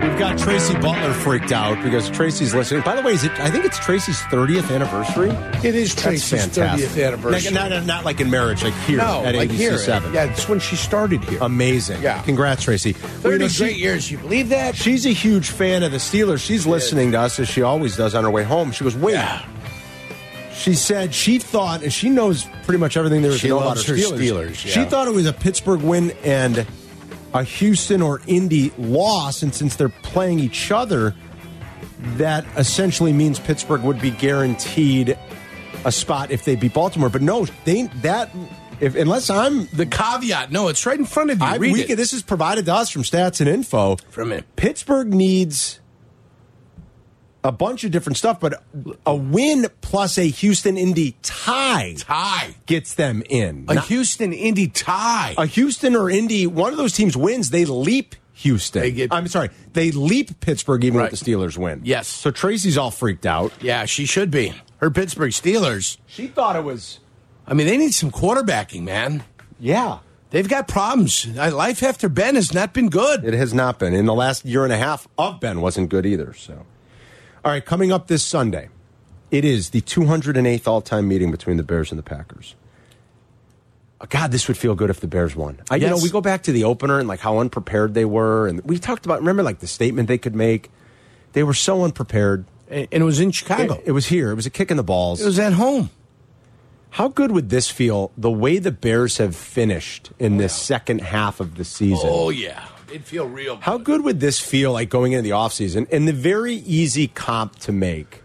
Speaker 2: We've got Tracy Butler freaked out because Tracy's listening. By the way, is it, I think it's Tracy's 30th anniversary.
Speaker 4: It is
Speaker 2: That's
Speaker 4: Tracy's
Speaker 2: fantastic.
Speaker 4: 30th anniversary.
Speaker 2: Like, not, not like in marriage, like here
Speaker 4: no,
Speaker 2: at
Speaker 4: like here.
Speaker 2: 87.
Speaker 4: Yeah, it's when she started here.
Speaker 2: Amazing.
Speaker 4: Yeah.
Speaker 2: Congrats, Tracy. Well, you
Speaker 4: Thirty
Speaker 2: know,
Speaker 4: great
Speaker 2: she-
Speaker 4: years. You believe that?
Speaker 2: she's a huge fan of the Steelers. She's listening to us as she always does on her way home. She goes, wait.
Speaker 4: Yeah.
Speaker 2: She said she thought, and she knows pretty much everything there is
Speaker 4: She
Speaker 2: to know about
Speaker 4: loves
Speaker 2: her
Speaker 4: her
Speaker 2: Steelers.
Speaker 4: Steelers, yeah.
Speaker 2: She thought it was a Pittsburgh win and a Houston or Indy loss, and since they're playing each other, that essentially means Pittsburgh would be guaranteed a spot if they beat Baltimore. But no, they that if unless I'm
Speaker 4: The caveat. No, it's right in front of you.
Speaker 2: I,
Speaker 4: Read
Speaker 2: we
Speaker 4: it.
Speaker 2: get- This is provided to us from Stats and Info.
Speaker 4: From it.
Speaker 2: Pittsburgh needs a bunch of different stuff, but a win plus a Houston Indy tie
Speaker 4: tie.
Speaker 2: gets them in.
Speaker 4: A
Speaker 2: Not-
Speaker 4: Houston Indy tie.
Speaker 2: a Houston or Indy, one of those teams wins, they leap Houston.
Speaker 4: They get-
Speaker 2: I'm sorry, they leap Pittsburgh even
Speaker 4: Right.
Speaker 2: with the Steelers win.
Speaker 4: Yes.
Speaker 2: So Tracy's all freaked out.
Speaker 4: yeah, she should be. Her Pittsburgh Steelers.
Speaker 2: She thought it was
Speaker 4: I mean, they need some quarterbacking, man.
Speaker 2: yeah.
Speaker 4: They've got problems. Uh, Life after Ben has not been good.
Speaker 2: It has not been. In the last year and a half of Ben wasn't good either. So, all right, coming up this Sunday, it is the 208th all time meeting between the Bears and the Packers. Uh, God, this would feel good if the Bears won. I, You know,
Speaker 4: Yes.
Speaker 2: we go back to the opener and like how unprepared they were, and we talked about remember like the statement they could make. They were so unprepared.
Speaker 4: and and it was in
Speaker 2: It,
Speaker 4: Chicago.
Speaker 2: it was here. It was a kick in the balls.
Speaker 4: It was at home.
Speaker 2: How good would this feel? The way the Bears have finished in this second half of the season.
Speaker 4: Oh, yeah, it'd feel real.
Speaker 2: How good would this feel like going into the offseason? And the very easy comp to make.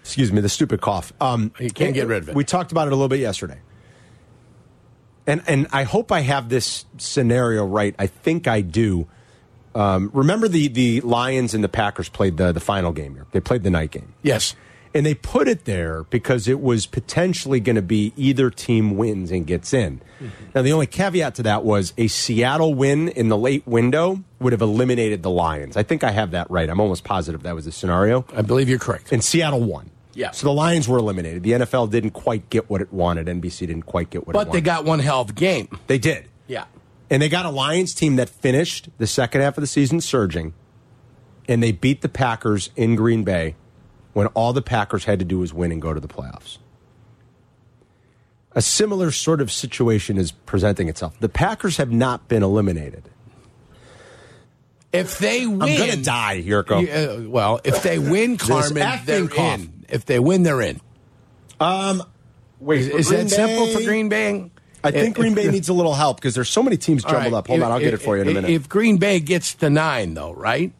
Speaker 2: Excuse me, the stupid cough. Um,
Speaker 4: You can't get rid of it.
Speaker 2: We talked about it a little bit yesterday. And, and I hope I have this scenario right. I think I do. Um, remember the, the Lions and the Packers played the, the final game here. They played the night game.
Speaker 4: Yes,
Speaker 2: And they put it there because it was potentially going to be either team wins and gets in.
Speaker 4: Mm-hmm.
Speaker 2: Now, the only caveat to that was a Seattle win in the late window would have eliminated the Lions. I think I have that right. I'm almost positive that was the scenario.
Speaker 4: I believe you're correct.
Speaker 2: And Seattle won.
Speaker 4: Yeah.
Speaker 2: So the Lions were eliminated. The NFL didn't quite get what it wanted. NBC didn't quite get what it
Speaker 4: But they
Speaker 2: wanted.
Speaker 4: got one hell of a game.
Speaker 2: they did.
Speaker 4: Yeah.
Speaker 2: And they got a Lions team that finished the second half of the season surging, and they beat the Packers in Green Bay when all the Packers had to do was win and go to the playoffs. A similar sort of situation is presenting itself. The Packers have not been eliminated.
Speaker 4: If they win,
Speaker 2: I'm going to die, Yurko.
Speaker 4: Yeah, well, if they win, Carmen,
Speaker 2: effing
Speaker 4: they're
Speaker 2: cough.
Speaker 4: in. If they win, they're in.
Speaker 2: Wait,
Speaker 4: Is, is that simple for Green Bay?
Speaker 2: I think
Speaker 4: If-
Speaker 2: Green Bay
Speaker 4: if-
Speaker 2: needs a little help because there's so many teams
Speaker 4: all
Speaker 2: jumbled
Speaker 4: right,
Speaker 2: up. Hold
Speaker 4: if-
Speaker 2: on, I'll get it
Speaker 4: if-
Speaker 2: for you in a
Speaker 4: if-
Speaker 2: minute.
Speaker 4: If Green Bay gets to nine, though, right?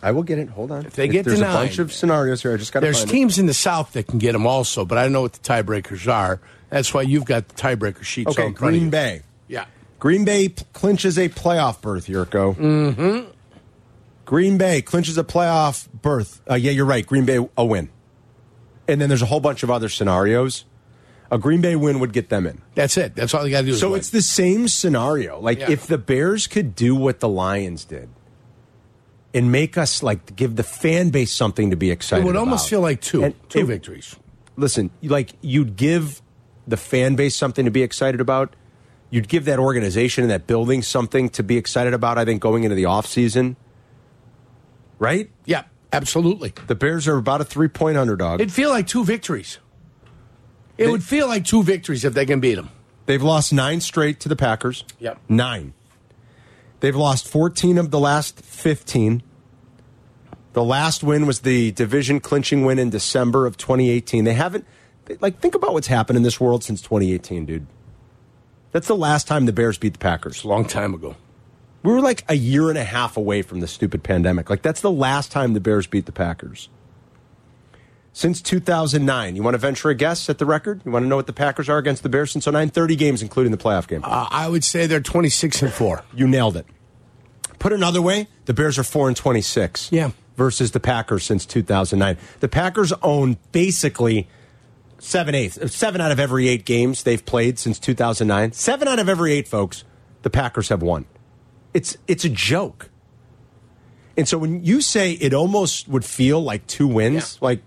Speaker 2: I will get it. Hold on. If
Speaker 4: they get to
Speaker 2: there's a
Speaker 4: nine-
Speaker 2: bunch of scenarios here. I just got to
Speaker 4: There's
Speaker 2: find it.
Speaker 4: teams in the South that can get them also, but I don't know what the tiebreakers are. That's why you've got the tiebreaker sheets. all
Speaker 2: Okay,
Speaker 4: in front of
Speaker 2: Green
Speaker 4: you.
Speaker 2: Bay.
Speaker 4: Yeah.
Speaker 2: Green Bay p- clinches a playoff berth, Yurko. Mm-hmm. Green Bay clinches a playoff berth. Uh, yeah, you're right. Green Bay a win, and then there's a whole bunch of other scenarios. A Green Bay win would get them in.
Speaker 4: That's it. That's all they got to do. is
Speaker 2: So
Speaker 4: win.
Speaker 2: it's the same scenario. Like
Speaker 4: Yeah.
Speaker 2: if the Bears could do what the Lions did and make us like give the fan base something to be excited.
Speaker 4: It would almost
Speaker 2: about.
Speaker 4: feel like two,
Speaker 2: And
Speaker 4: two
Speaker 2: it-
Speaker 4: victories.
Speaker 2: Listen, like you'd give the fan base something to be excited about. You'd give that organization and that building something to be excited about. I think going into the offseason. right?
Speaker 4: Yeah, absolutely.
Speaker 2: The Bears are about a three point underdog.
Speaker 4: It'd feel like two victories. It
Speaker 2: They-
Speaker 4: would feel like two victories if they can beat them.
Speaker 2: They've lost nine straight to the Packers.
Speaker 4: Yep.
Speaker 2: Nine. They've lost 14 of the last 15. The last win was the division clinching win in December of 2018. They haven't, they- like, think about what's happened in this world since 2018, dude. That's the last time the Bears beat the Packers.
Speaker 4: Long time ago.
Speaker 2: We were like a year and a half away from the stupid pandemic. Like, that's the last time the Bears beat the Packers. Since 2009. You want to venture a guess at the record? You want to know what the Packers are against the Bears since 09? 30 games, including the playoff game.
Speaker 4: Uh, I would say they're 26 and 4.
Speaker 2: You nailed it. Put another way, the Bears are four and twenty six.
Speaker 4: Yeah.
Speaker 2: Versus the Packers since two thousand nine. The Packers own basically seven eighths, uh, seven out of every eight games they've played since two thousand nine. Seven out of every eight, folks, the Packers have won. It's it's a joke. And so when you say it almost would feel like two wins,
Speaker 4: Yeah.
Speaker 2: like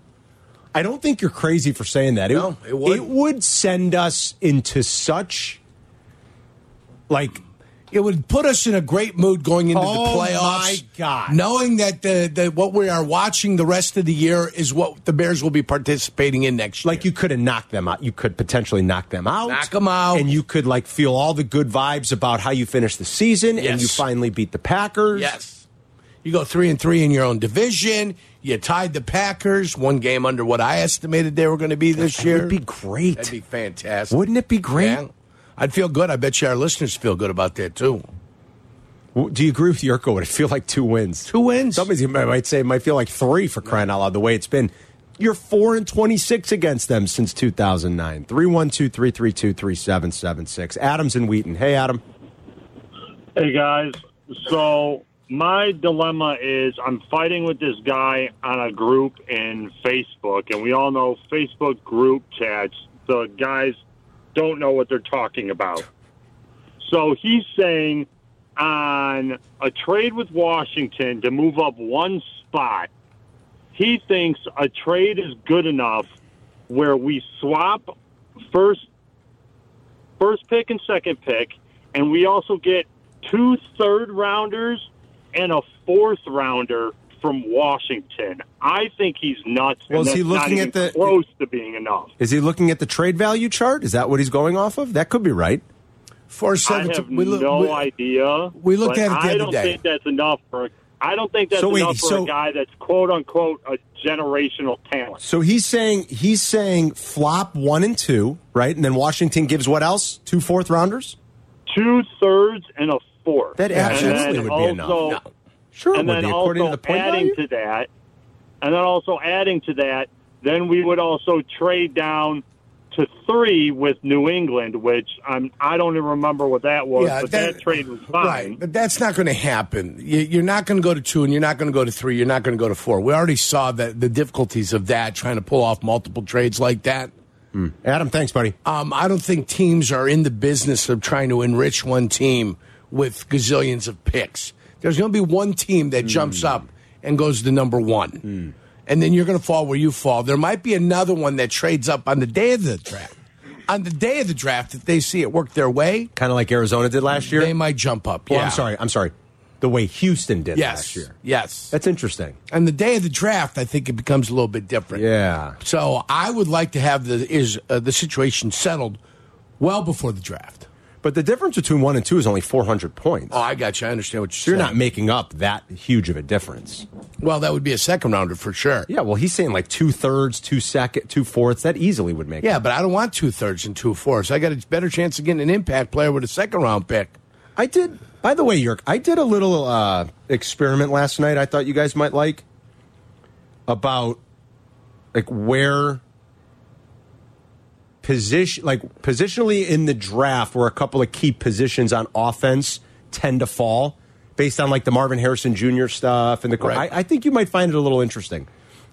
Speaker 2: I don't think you're crazy for saying that. It,
Speaker 4: No, it would.
Speaker 2: It would send us into such like
Speaker 4: It would put us in a great mood going into
Speaker 2: Oh,
Speaker 4: the playoffs.
Speaker 2: my God.
Speaker 4: Knowing that the, the what we are watching the rest of the year is what the Bears will be participating in next
Speaker 2: like
Speaker 4: year.
Speaker 2: you could have knocked them out. You could potentially knock them out.
Speaker 4: Knock 'em out.
Speaker 2: And you could like feel all the good vibes about how you finished the season and
Speaker 4: Yes.
Speaker 2: you finally beat the Packers.
Speaker 4: Yes. You go three and three in your own division. You tied the Packers one game under what I estimated they were going to be this year.
Speaker 2: It'd be great.
Speaker 4: That'd be fantastic.
Speaker 2: Wouldn't it be great?
Speaker 4: Yeah. I'd feel good. I bet you our listeners feel good about that too.
Speaker 2: W- Do you agree with Yurko? Would it feel like two wins?
Speaker 4: Two wins.
Speaker 2: Somebody might might say it might feel like three for crying out loud the way it's been. You're four and twenty six against them since two thousand nine. Three one two three three two three seven seven six. Adams and Wheaton. Hey Adam.
Speaker 3: Hey guys, so my dilemma is I'm fighting with this guy on a group in Facebook, and we all know Facebook group chats, the guys don't know what they're talking about. So he's saying on a trade with Washington to move up one spot, he thinks a trade is good enough where we swap first first pick and second pick, and we also get two third rounders and a fourth rounder from Washington. I think he's nuts.
Speaker 2: Well,
Speaker 3: and
Speaker 2: is he
Speaker 3: that's not
Speaker 2: looking at
Speaker 3: even
Speaker 2: the-
Speaker 3: close to being enough?
Speaker 2: Is he looking at the trade value chart? Is that what he's going off of? That could be right.
Speaker 4: Four
Speaker 3: I
Speaker 4: seven.
Speaker 3: have
Speaker 4: we look-
Speaker 3: no
Speaker 4: we-
Speaker 3: idea.
Speaker 4: we looked
Speaker 3: but
Speaker 4: at it the
Speaker 3: I
Speaker 4: other
Speaker 3: don't
Speaker 4: day.
Speaker 3: think that's enough for. I don't think that's
Speaker 2: So wait,
Speaker 3: enough for
Speaker 2: so-
Speaker 3: a guy that's quote unquote a generational talent.
Speaker 2: So he's saying he's saying flop one and two, right? And then Washington gives what else? Two fourth rounders?
Speaker 3: Two thirds and a fourth.
Speaker 2: That
Speaker 3: And
Speaker 2: absolutely
Speaker 3: then
Speaker 2: would be enough.
Speaker 3: also-
Speaker 4: No.
Speaker 2: Sure, it
Speaker 3: and
Speaker 2: would
Speaker 3: then
Speaker 2: be
Speaker 3: also
Speaker 2: according to the point
Speaker 3: adding
Speaker 2: value.
Speaker 3: to that, and then also adding to that, then we would also trade down to three with New England, which I'm I don't even remember what that was, but that, trade was fine.
Speaker 4: Right, but that's not going to happen. You, you're not going to go to two, and you're not going to go to three. You're not going to go to four. We already saw that the difficulties of that trying to pull off multiple trades like that.
Speaker 2: Hmm. Adam, thanks, buddy.
Speaker 4: Um, I don't think teams are in the business of trying to enrich one team with
Speaker 2: Hmm.
Speaker 4: gazillions of picks. There's going to be one team that jumps up and goes to number one. and then you're going to fall where you fall. There might be another one that trades up on the day of the draft. On the day of the draft, if they see it work their way,
Speaker 2: Kind of like Arizona did last year.
Speaker 4: they might jump up.
Speaker 2: Well,
Speaker 4: yeah.
Speaker 2: I'm sorry. I'm sorry. The way Houston did
Speaker 4: Yes.
Speaker 2: last year.
Speaker 4: Yes.
Speaker 2: That's interesting.
Speaker 4: And the day of the draft, I think it becomes a little bit different.
Speaker 2: Yeah.
Speaker 4: So I would like to have the is uh, the situation settled well before the draft.
Speaker 2: But the difference between one and two is only 400 points.
Speaker 4: Oh, I got you. I understand what you're
Speaker 2: So you're
Speaker 4: saying.
Speaker 2: not making up that huge of a difference.
Speaker 4: Well, that would be a second rounder for sure.
Speaker 2: Yeah, well, he's saying like two thirds, two second, two fourths. That easily would make.
Speaker 4: Yeah, but I don't want two thirds and two fourths. I got a better chance of getting an impact player with a second round pick.
Speaker 2: I did. By the way, York, I did a little uh, experiment last night. I thought you guys might like about like where position, like positionally in the draft, where a couple of key positions on offense tend to fall based on like the Marvin Harrison Jr. stuff and the.
Speaker 4: Right.
Speaker 2: I, I think you might find it a little interesting.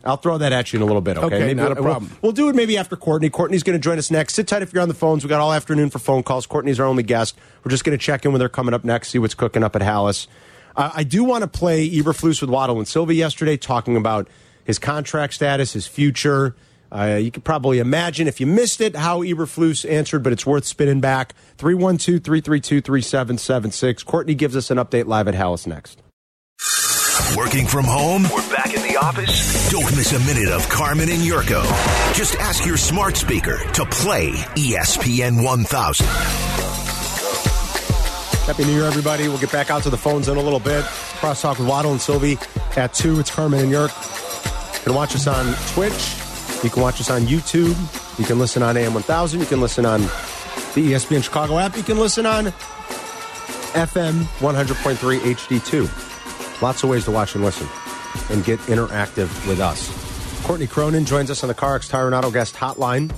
Speaker 2: I'll throw that at you in a little bit. Okay,
Speaker 4: Okay,
Speaker 2: Maybe
Speaker 4: not a
Speaker 2: we'll- we'll-
Speaker 4: problem.
Speaker 2: We'll do it maybe after Courtney. Courtney's going to join us next. Sit tight if you're on the phones. We got all afternoon for phone calls. Courtney's our only guest. We're just going to check in with her coming up next, see what's cooking up at Hallis. Uh, I do want to play Eberflus with Waddle and Sylvia yesterday, talking about his contract status, his future. Uh, you could probably imagine if you missed it how Eberflus answered, but it's worth spinning back. 312 332 3776. Courtney gives us an update live at Hallis next.
Speaker 7: Working from home? We're back in the office. Don't miss a minute of Carmen and Yurko. Just ask your smart speaker to play ESPN 1000.
Speaker 2: Happy New Year, everybody. We'll get back out to the phones in a little bit. Crosstalk with Waddle and Sylvie at 2. It's Herman and Yerk. You can watch us on Twitch. You can watch us on YouTube. You can listen on AM 1000. You can listen on the E ESPN Chicago app. You can listen on FM 100.3 HD2. Lots of ways to watch and listen and get interactive with us. Courtney Cronin joins us on the CarX Tire and Auto Guest Hotline.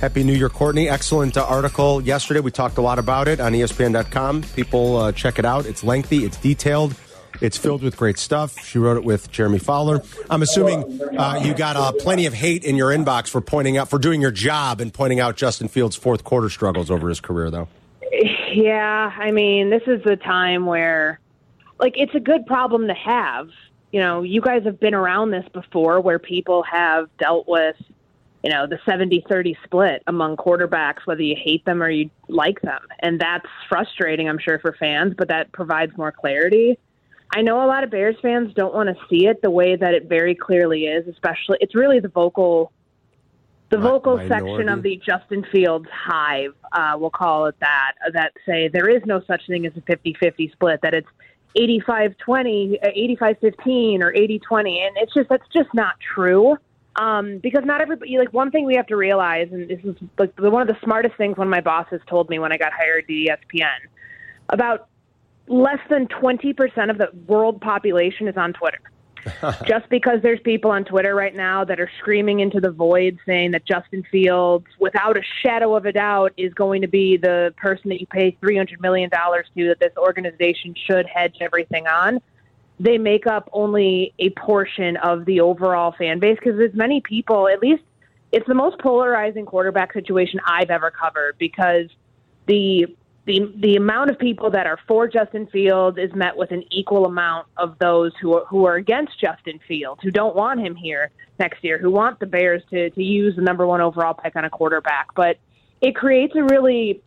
Speaker 2: Happy New Year, Courtney. Excellent uh, article yesterday. We talked a lot about it on E ESPN.com. People uh, check it out. It's lengthy, it's detailed, it's filled with great stuff. She wrote it with Jeremy Fowler. I'm assuming uh, you got uh, plenty of hate in your inbox for pointing out, for doing your job and pointing out Justin Fields' fourth quarter struggles over his career, though.
Speaker 8: Yeah, I mean, this is the time where, like, it's a good problem to have. You know, you guys have been around this before where people have dealt with, you know, the 70 30 split among quarterbacks, whether you hate them or you like them. And that's frustrating, I'm sure, for fans, but that provides more clarity. I know a lot of Bears fans don't want to see it the way that it very clearly is, especially, it's really the vocal the
Speaker 2: Mi-
Speaker 8: vocal
Speaker 2: minority.
Speaker 8: section of the Justin Fields hive, uh, we'll call it that, that say there is no such thing as a 50 50 split, that it's 85 20, 85 15, or 80 20. And it's just, that's just not true. Um, because not everybody, like, one thing we have to realize, and this is like the, one of the smartest things one of my bosses told me when I got hired at E ESPN about less than 20% of the world population is on Twitter just because there's people on Twitter right now that are screaming into the void saying that Justin Fields, without a shadow of a doubt, is going to be the person that you pay $300 million to, that this organization should hedge everything on, they make up only a portion of the overall fan base because there's many people, at least it's the most polarizing quarterback situation I've ever covered because the the the amount of people that are for Justin Fields is met with an equal amount of those who are who are against Justin Fields, who don't want him here next year, who want the Bears to to use the number one overall pick on a quarterback. But it creates a really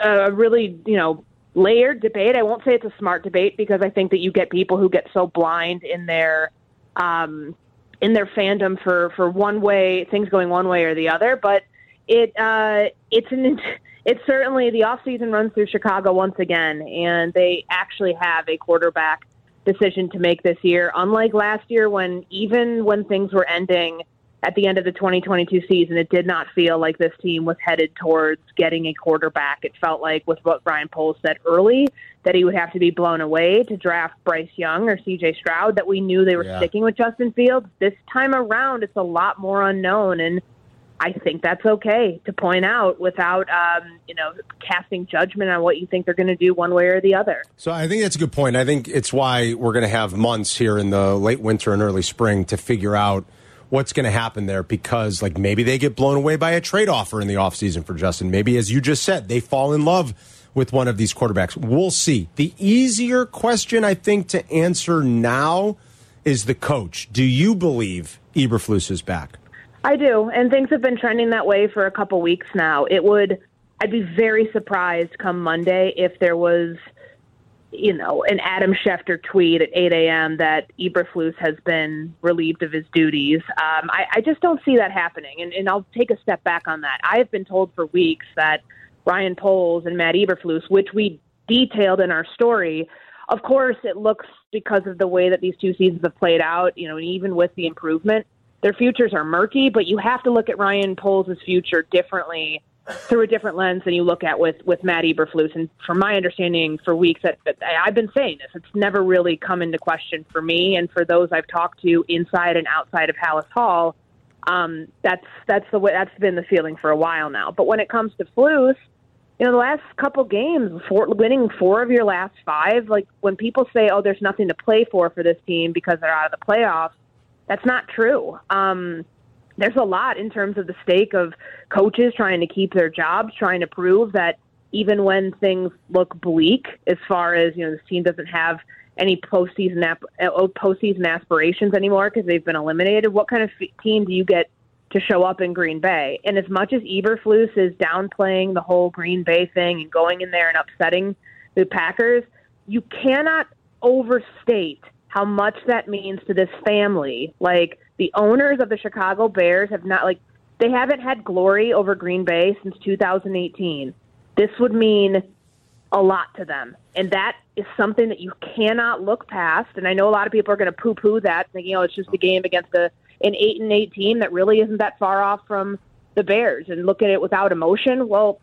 Speaker 8: a really you know layered debate. I won't say it's a smart debate because I think that you get people who get so blind in their um, in their fandom for for one way things going one way or the other but it uh it's an it's certainly the off season runs through chicago once again and they actually have a quarterback decision to make this year unlike last year when even when things were ending at the end of the 2022 season it did not feel like this team was headed towards getting a quarterback it felt like with what brian Poles said early that he would have to be blown away to draft bryce young or cj stroud that we knew they were
Speaker 2: Yeah.
Speaker 8: sticking with justin fields this time around it's a lot more unknown and I think that's okay to point out without, um, you know, casting judgment on what you think they're going to do one way or the other.
Speaker 2: So I think that's a good point. I think it's why we're going to have months here in the late winter and early spring to figure out what's going to happen there because like maybe they get blown away by a trade offer in the offseason for Justin. Maybe as you just said, they fall in love with one of these quarterbacks. We'll see. The easier question I think to answer now is the coach. Do you believe Eberflus is back?
Speaker 8: I do, and things have been trending that way for a couple weeks now. It would, I'd be very surprised come Monday if there was, you know, an Adam Schefter tweet at 8 a.m. that Eberflus has been relieved of his duties. Um, I, I just don't see that happening, and, and I'll take a step back on that. I have been told for weeks that Ryan Poles and Matt Eberflus, which we detailed in our story, of course, it looks because of the way that these two seasons have played out, you know, and even with the improvement, their futures are murky, but you have to look at Ryan Poles' future differently through a different lens than you look at with, with Matt Eberflus. And from my understanding for weeks, that, that I've been saying this, it's never really come into question for me and for those I've talked to inside and outside of Hallis Hall. Um, that's, that's the way, that's been the feeling for a while now. But when it comes to Flus, you know, the last couple games, four, winning four of your last five, like when people say, oh, there's nothing to play for for this team because they're out of the playoffs, that's not true. Um, there's a lot in terms of the stake of coaches trying to keep their jobs, trying to prove that even when things look bleak, as far as, you know, this team doesn't have any postseason, ap- uh, postseason aspirations anymore because they've been eliminated, what kind of f- team do you get to show up in Green Bay. And as much as Eberflus is downplaying the whole Green Bay thing and going in there and upsetting the Packers, you cannot overstate how much that means to this family. Like the owners of the Chicago Bears have not like they haven't had glory over Green Bay since 2018. This would mean a lot to them. And that is something that you cannot look past. And I know a lot of people are going to poo poo that, thinking, oh, it's just a game against the an eight and eight team that really isn't that far off from the Bears and look at it without emotion. Well,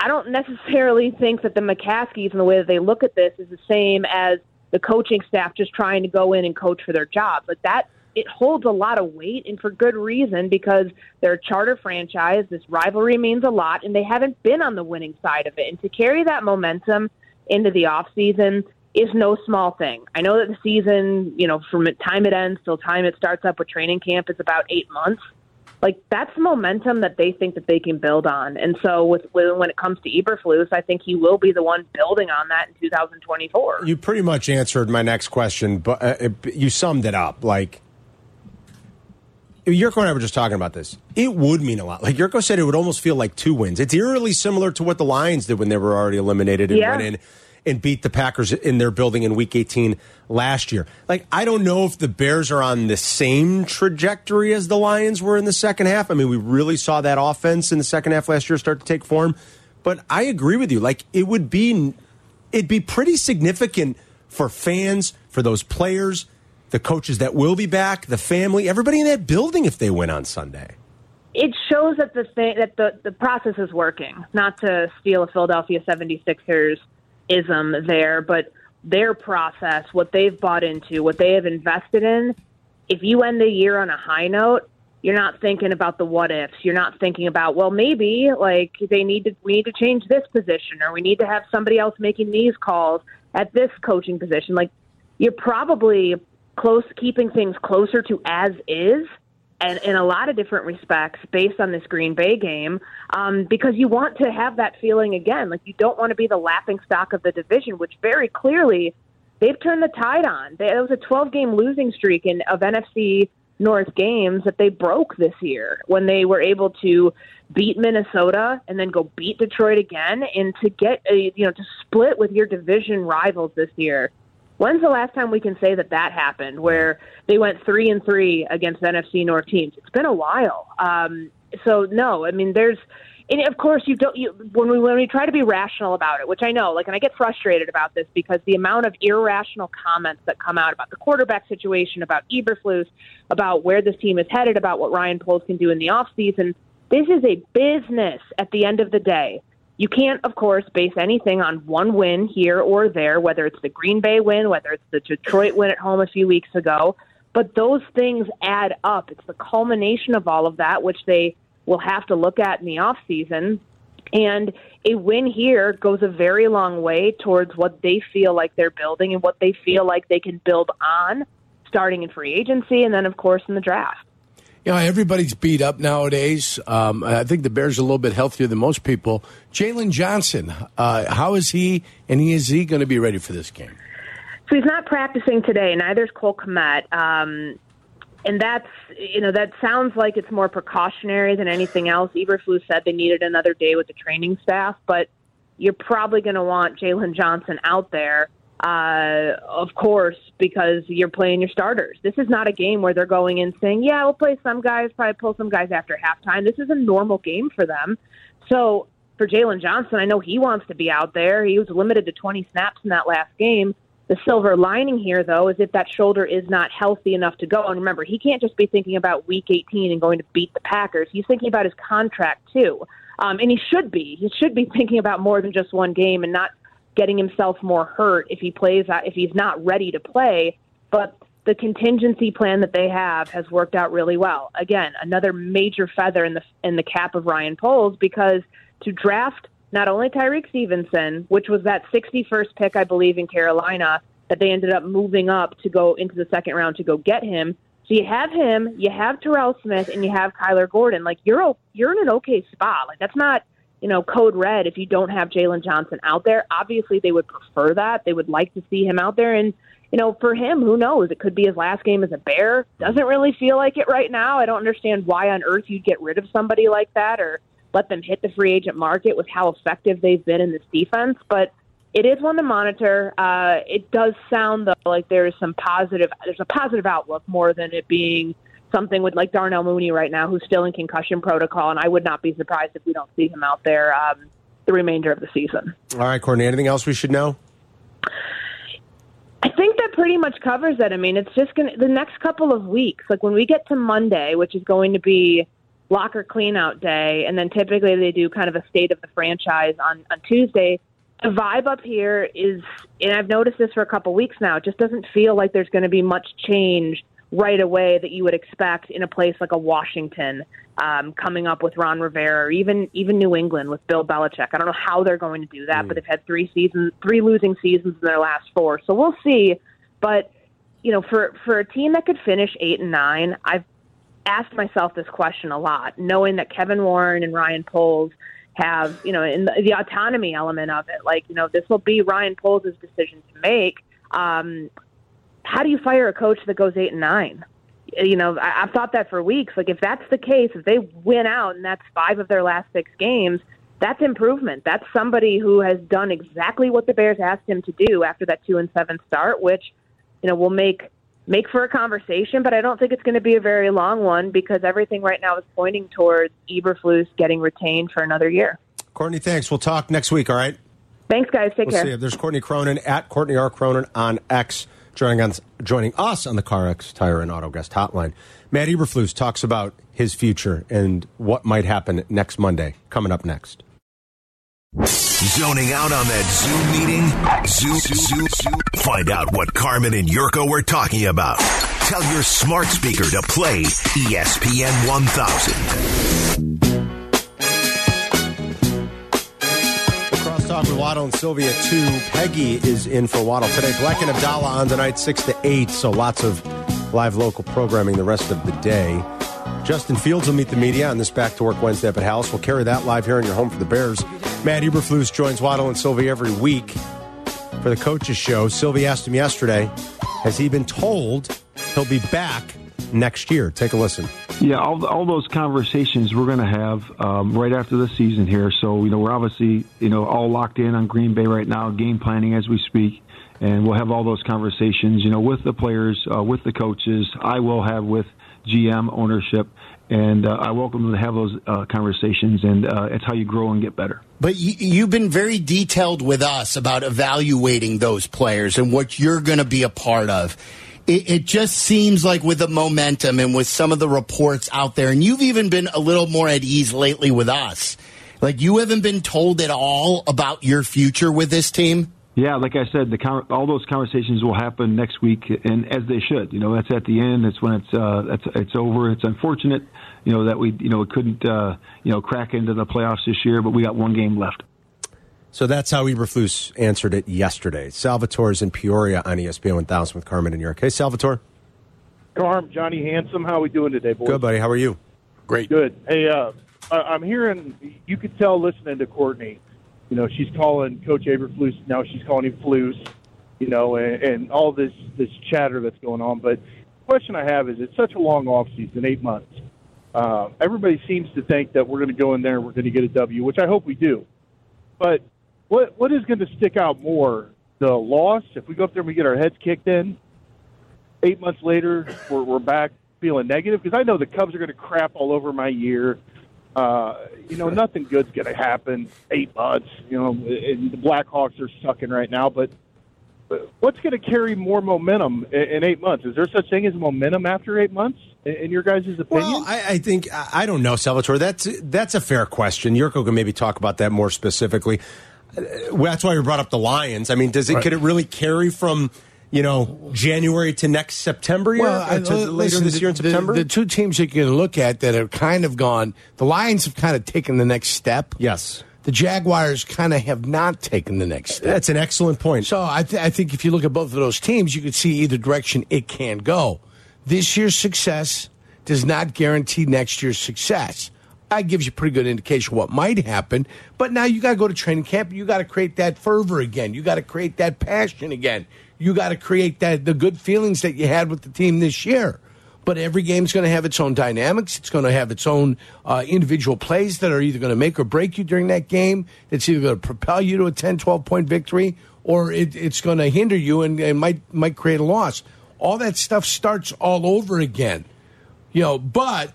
Speaker 8: I don't necessarily think that the McCaskies and the way that they look at this is the same as the coaching staff just trying to go in and coach for their job. But that it holds a lot of weight and for good reason because they're a charter franchise. This rivalry means a lot and they haven't been on the winning side of it. And to carry that momentum into the off season is no small thing. I know that the season, you know, from the time it ends till time it starts up with training camp is about eight months. Like that's momentum that they think that they can build on. And so with, with when it comes to Eberflus, I think he will be the one building on that in 2024.
Speaker 2: You pretty much answered my next question, but uh, it- you summed it up. Like, Yurko and I were just talking about this. It would mean a lot. Like Yurko said, it would almost feel like two wins. It's eerily similar to what the Lions did when they were already eliminated and
Speaker 8: Yeah.
Speaker 2: went in and beat the Packers in their building in Week 18 last year. Like, I don't know if the Bears are on the same trajectory as the Lions were in the second half. I mean, we really saw that offense in the second half last year start to take form. But I agree with you. Like, it would be it'd be pretty significant for fans, for those players, the coaches that will be back, the family, everybody in that building if they win on Sunday.
Speaker 8: it shows that the thing that the, the process is working. Not to steal a Philadelphia 76ers ism there, but their process, what they've bought into, what they have invested in, if you end the year on a high note, you're not thinking about the what ifs. You're not thinking about, well, maybe like they need to we need to change this position or we need to have somebody else making these calls at this coaching position. Like you're probably close keeping things closer to as is and in a lot of different respects based on this Green Bay game um, because you want to have that feeling again. Like you don't want to be the laughing stock of the division, which very clearly they've turned the tide on. They, it was a 12 game losing streak in, of NFC North games that they broke this year when they were able to beat Minnesota and then go beat Detroit again and to get a, you know, to split with your division rivals this year. When's the last time we can say that that happened, where they went three and three against NFC North teams? It's been a while. Um, so no, I mean, there's, and of course you don't. You, when we when we try to be rational about it, which I know, like, and I get frustrated about this because the amount of irrational comments that come out about the quarterback situation, about Eberflus, about where this team is headed, about what Ryan Poles can do in the off season. This is a business at the end of the day. You can't, of course, base anything on one win here or there, whether it's the Green Bay win, whether it's the Detroit win at home a few weeks ago. But those things add up. It's the culmination of all of that, which they will have to look at in the off season. And a win here goes a very long way towards what they feel like they're building and what they feel like they can build on, starting in free agency and then, of course, in the draft.
Speaker 4: You know, everybody's beat up nowadays. Um, I think the Bears are a little bit healthier than most people. Jalen Johnson, uh, how is he, and he, is he going to be ready for this game?
Speaker 8: So he's not practicing today. Neither's Cole Komet. Um, and that's you know that sounds like it's more precautionary than anything else. Eberflus said they needed another day with the training staff, but you're probably going to want Jalen Johnson out there, uh, of course, because you're playing your starters. This is not a game where they're going in saying, "Yeah, we'll play some guys, probably pull some guys after halftime." This is a normal game for them. So for Jalen Johnson, I know he wants to be out there. He was limited to 20 snaps in that last game. The silver lining here, though, is if that shoulder is not healthy enough to go. And remember, he can't just be thinking about Week 18 and going to beat the Packers. He's thinking about his contract too, um, and he should be. He should be thinking about more than just one game and not getting himself more hurt if he plays if he's not ready to play. But the contingency plan that they have has worked out really well. Again, another major feather in the in the cap of Ryan Poles because to draft not only Tyreek Stevenson, which was that 61st pick, I believe, in Carolina, that they ended up moving up to go into the second round to go get him. So you have him, you have Terrell Smith, and you have Kyler Gordon. Like you're o- you're in an okay spot. Like that's not you know code red if you don't have Jalen Johnson out there. Obviously, they would prefer that. They would like to see him out there, and you know for him, who knows? It could be his last game as a Bear. Doesn't really feel like it right now. I don't understand why on earth you'd get rid of somebody like that or let them hit the free agent market with how effective they've been in this defense. But it is one to monitor. Uh, it does sound though like there is some positive. There's a positive outlook more than it being something with like Darnell Mooney right now, who's still in concussion protocol, and I would not be surprised if we don't see him out there um, the remainder of the season.
Speaker 2: All right, Courtney. Anything else we should know?
Speaker 8: I think that pretty much covers it. I mean, it's just gonna the next couple of weeks. Like when we get to Monday, which is going to be locker cleanout day, and then typically they do kind of a state of the franchise on on Tuesday. The vibe up here is, and I've noticed this for a couple weeks now. It just doesn't feel like there's going to be much change right away that you would expect in a place like a Washington um, coming up with Ron Rivera, or even even New England with Bill Belichick. I don't know how they're going to do that, but they've had three seasons, three losing seasons in their last four, so we'll see. But you know, for for a team that could finish eight and nine, I've asked myself this question a lot, knowing that Kevin Warren and Ryan Poles have, you know, in the, the autonomy element of it, like, you know, this will be Ryan Poles' decision to make. Um, how do you fire a coach that goes eight and nine? You know, I, I've thought that for weeks. Like, if that's the case, if they win out and that's five of their last six games, that's improvement. That's somebody who has done exactly what the Bears asked him to do after that two and seven start, which, you know, will make make for a conversation, but I don't think it's going to be a very long one because everything right now is pointing towards Eberflus getting retained for another year.
Speaker 2: Courtney, thanks. We'll talk next week. All right.
Speaker 8: Thanks, guys. Take
Speaker 2: We'll
Speaker 8: care.
Speaker 2: see you. There's Courtney Cronin at Courtney R. Cronin on X, joining us, joining us on the CarX Tire and Auto Guest Hotline. Matt Eberflus talks about his future and what might happen next Monday. Coming up next.
Speaker 7: Zoning out on that Zoom meeting? Zoom, Zoom, Zoom. Find out what Carmen and Yurko were talking about. Tell your smart speaker to play E ESPN 1000.
Speaker 2: Crosstalk with Waddle and Sylvia too. Peggy is in for Waddle today. Black and Abdallah on tonight, six to eight. So lots of live local programming the rest of the day. Justin Fields will meet the media on this Back to Work Wednesday up at House. We'll carry that live here in your home for the Bears. Matt Eberflus joins Waddle and Sylvia every week for the coaches show. Sylvie asked him yesterday, has he been told he'll be back next year? Take a listen.
Speaker 9: Yeah, all, all those conversations we're going to have um, right after the season here. So you know we're obviously you know all locked in on Green Bay right now, game planning as we speak, and we'll have all those conversations. You know with the players, uh, with the coaches. I will have with GM ownership, and uh, I welcome them to have those uh, conversations, and uh, it's how you grow and get better.
Speaker 10: But you, you've been very detailed with us about evaluating those players and what you're going to be a part of. It, it just seems like with the momentum and with some of the reports out there, and you've even been a little more at ease lately with us. Like you haven't been told at all about your future with this team.
Speaker 9: Yeah, like I said, the con- all those conversations will happen next week, and as they should. You know, that's at the end. That's when it's uh, that's it's over. It's unfortunate, you know, that we you know couldn't uh, you know crack into the playoffs this year, but we got one game left.
Speaker 2: So that's how Eberflus answered it yesterday. Salvatore's in Peoria on E ESPN 1000 with Carmen and York. Hey, Salvatore.
Speaker 11: Carm, Johnny Handsome, how we doing today, boys?
Speaker 2: Good, buddy. How are you?
Speaker 4: Great.
Speaker 11: Good. Hey, uh, I, I'm hearing. You could tell listening to Courtney. You know, she's calling Coach Aberflus now. She's calling him Flus. you know, and, and all this this chatter that's going on. But the question I have is, it's such a long off season, eight months. Uh, everybody seems to think that we're going to go in there and we're going to get a W, which I hope we do. But what what is going to stick out more, the loss? If we go up there and we get our heads kicked in, eight months later, we're, we're back feeling negative because I know the Cubs are going to crap all over my year. Uh, you know, nothing good's going to happen. Eight months, you know, and the Blackhawks are sucking right now. But, but what's going to carry more momentum in, in eight months? Is there such thing as momentum after eight months? In, in your guys' opinion?
Speaker 2: Well, I, I think I I don't know, Salvatore. That's that's a fair question. Yurko can maybe talk about that more specifically. Uh, That's why we brought up the Lions. I mean, does it
Speaker 4: Right.
Speaker 2: could it really carry from you know January to next September? year,
Speaker 4: Well,
Speaker 2: uh, to
Speaker 4: I-
Speaker 2: later
Speaker 4: listen,
Speaker 2: this
Speaker 4: the-
Speaker 2: year in
Speaker 4: the-
Speaker 2: September?
Speaker 4: The, two teams that you can look at that have kind of gone, the Lions have kind of taken the next step.
Speaker 2: Yes.
Speaker 4: The Jaguars kind of have not taken the next step.
Speaker 2: That's an excellent point.
Speaker 4: So I, th- I think if you look at both of those teams, you could see either direction it can go. This year's success does not guarantee next year's success. That gives you a pretty good indication what might happen. But now you got to go to training camp. You got to create that fervor again. You got to create that passion again. You got to create that the good feelings that you had with the team this year. But every game's going to have its own dynamics. It's going to have its own uh, individual plays that are either going to make or break you during that game. It's either going to propel you to a 10, 12 point victory, or it, it's going to hinder you and, and might, might create a loss. All that stuff starts all over again. You know, but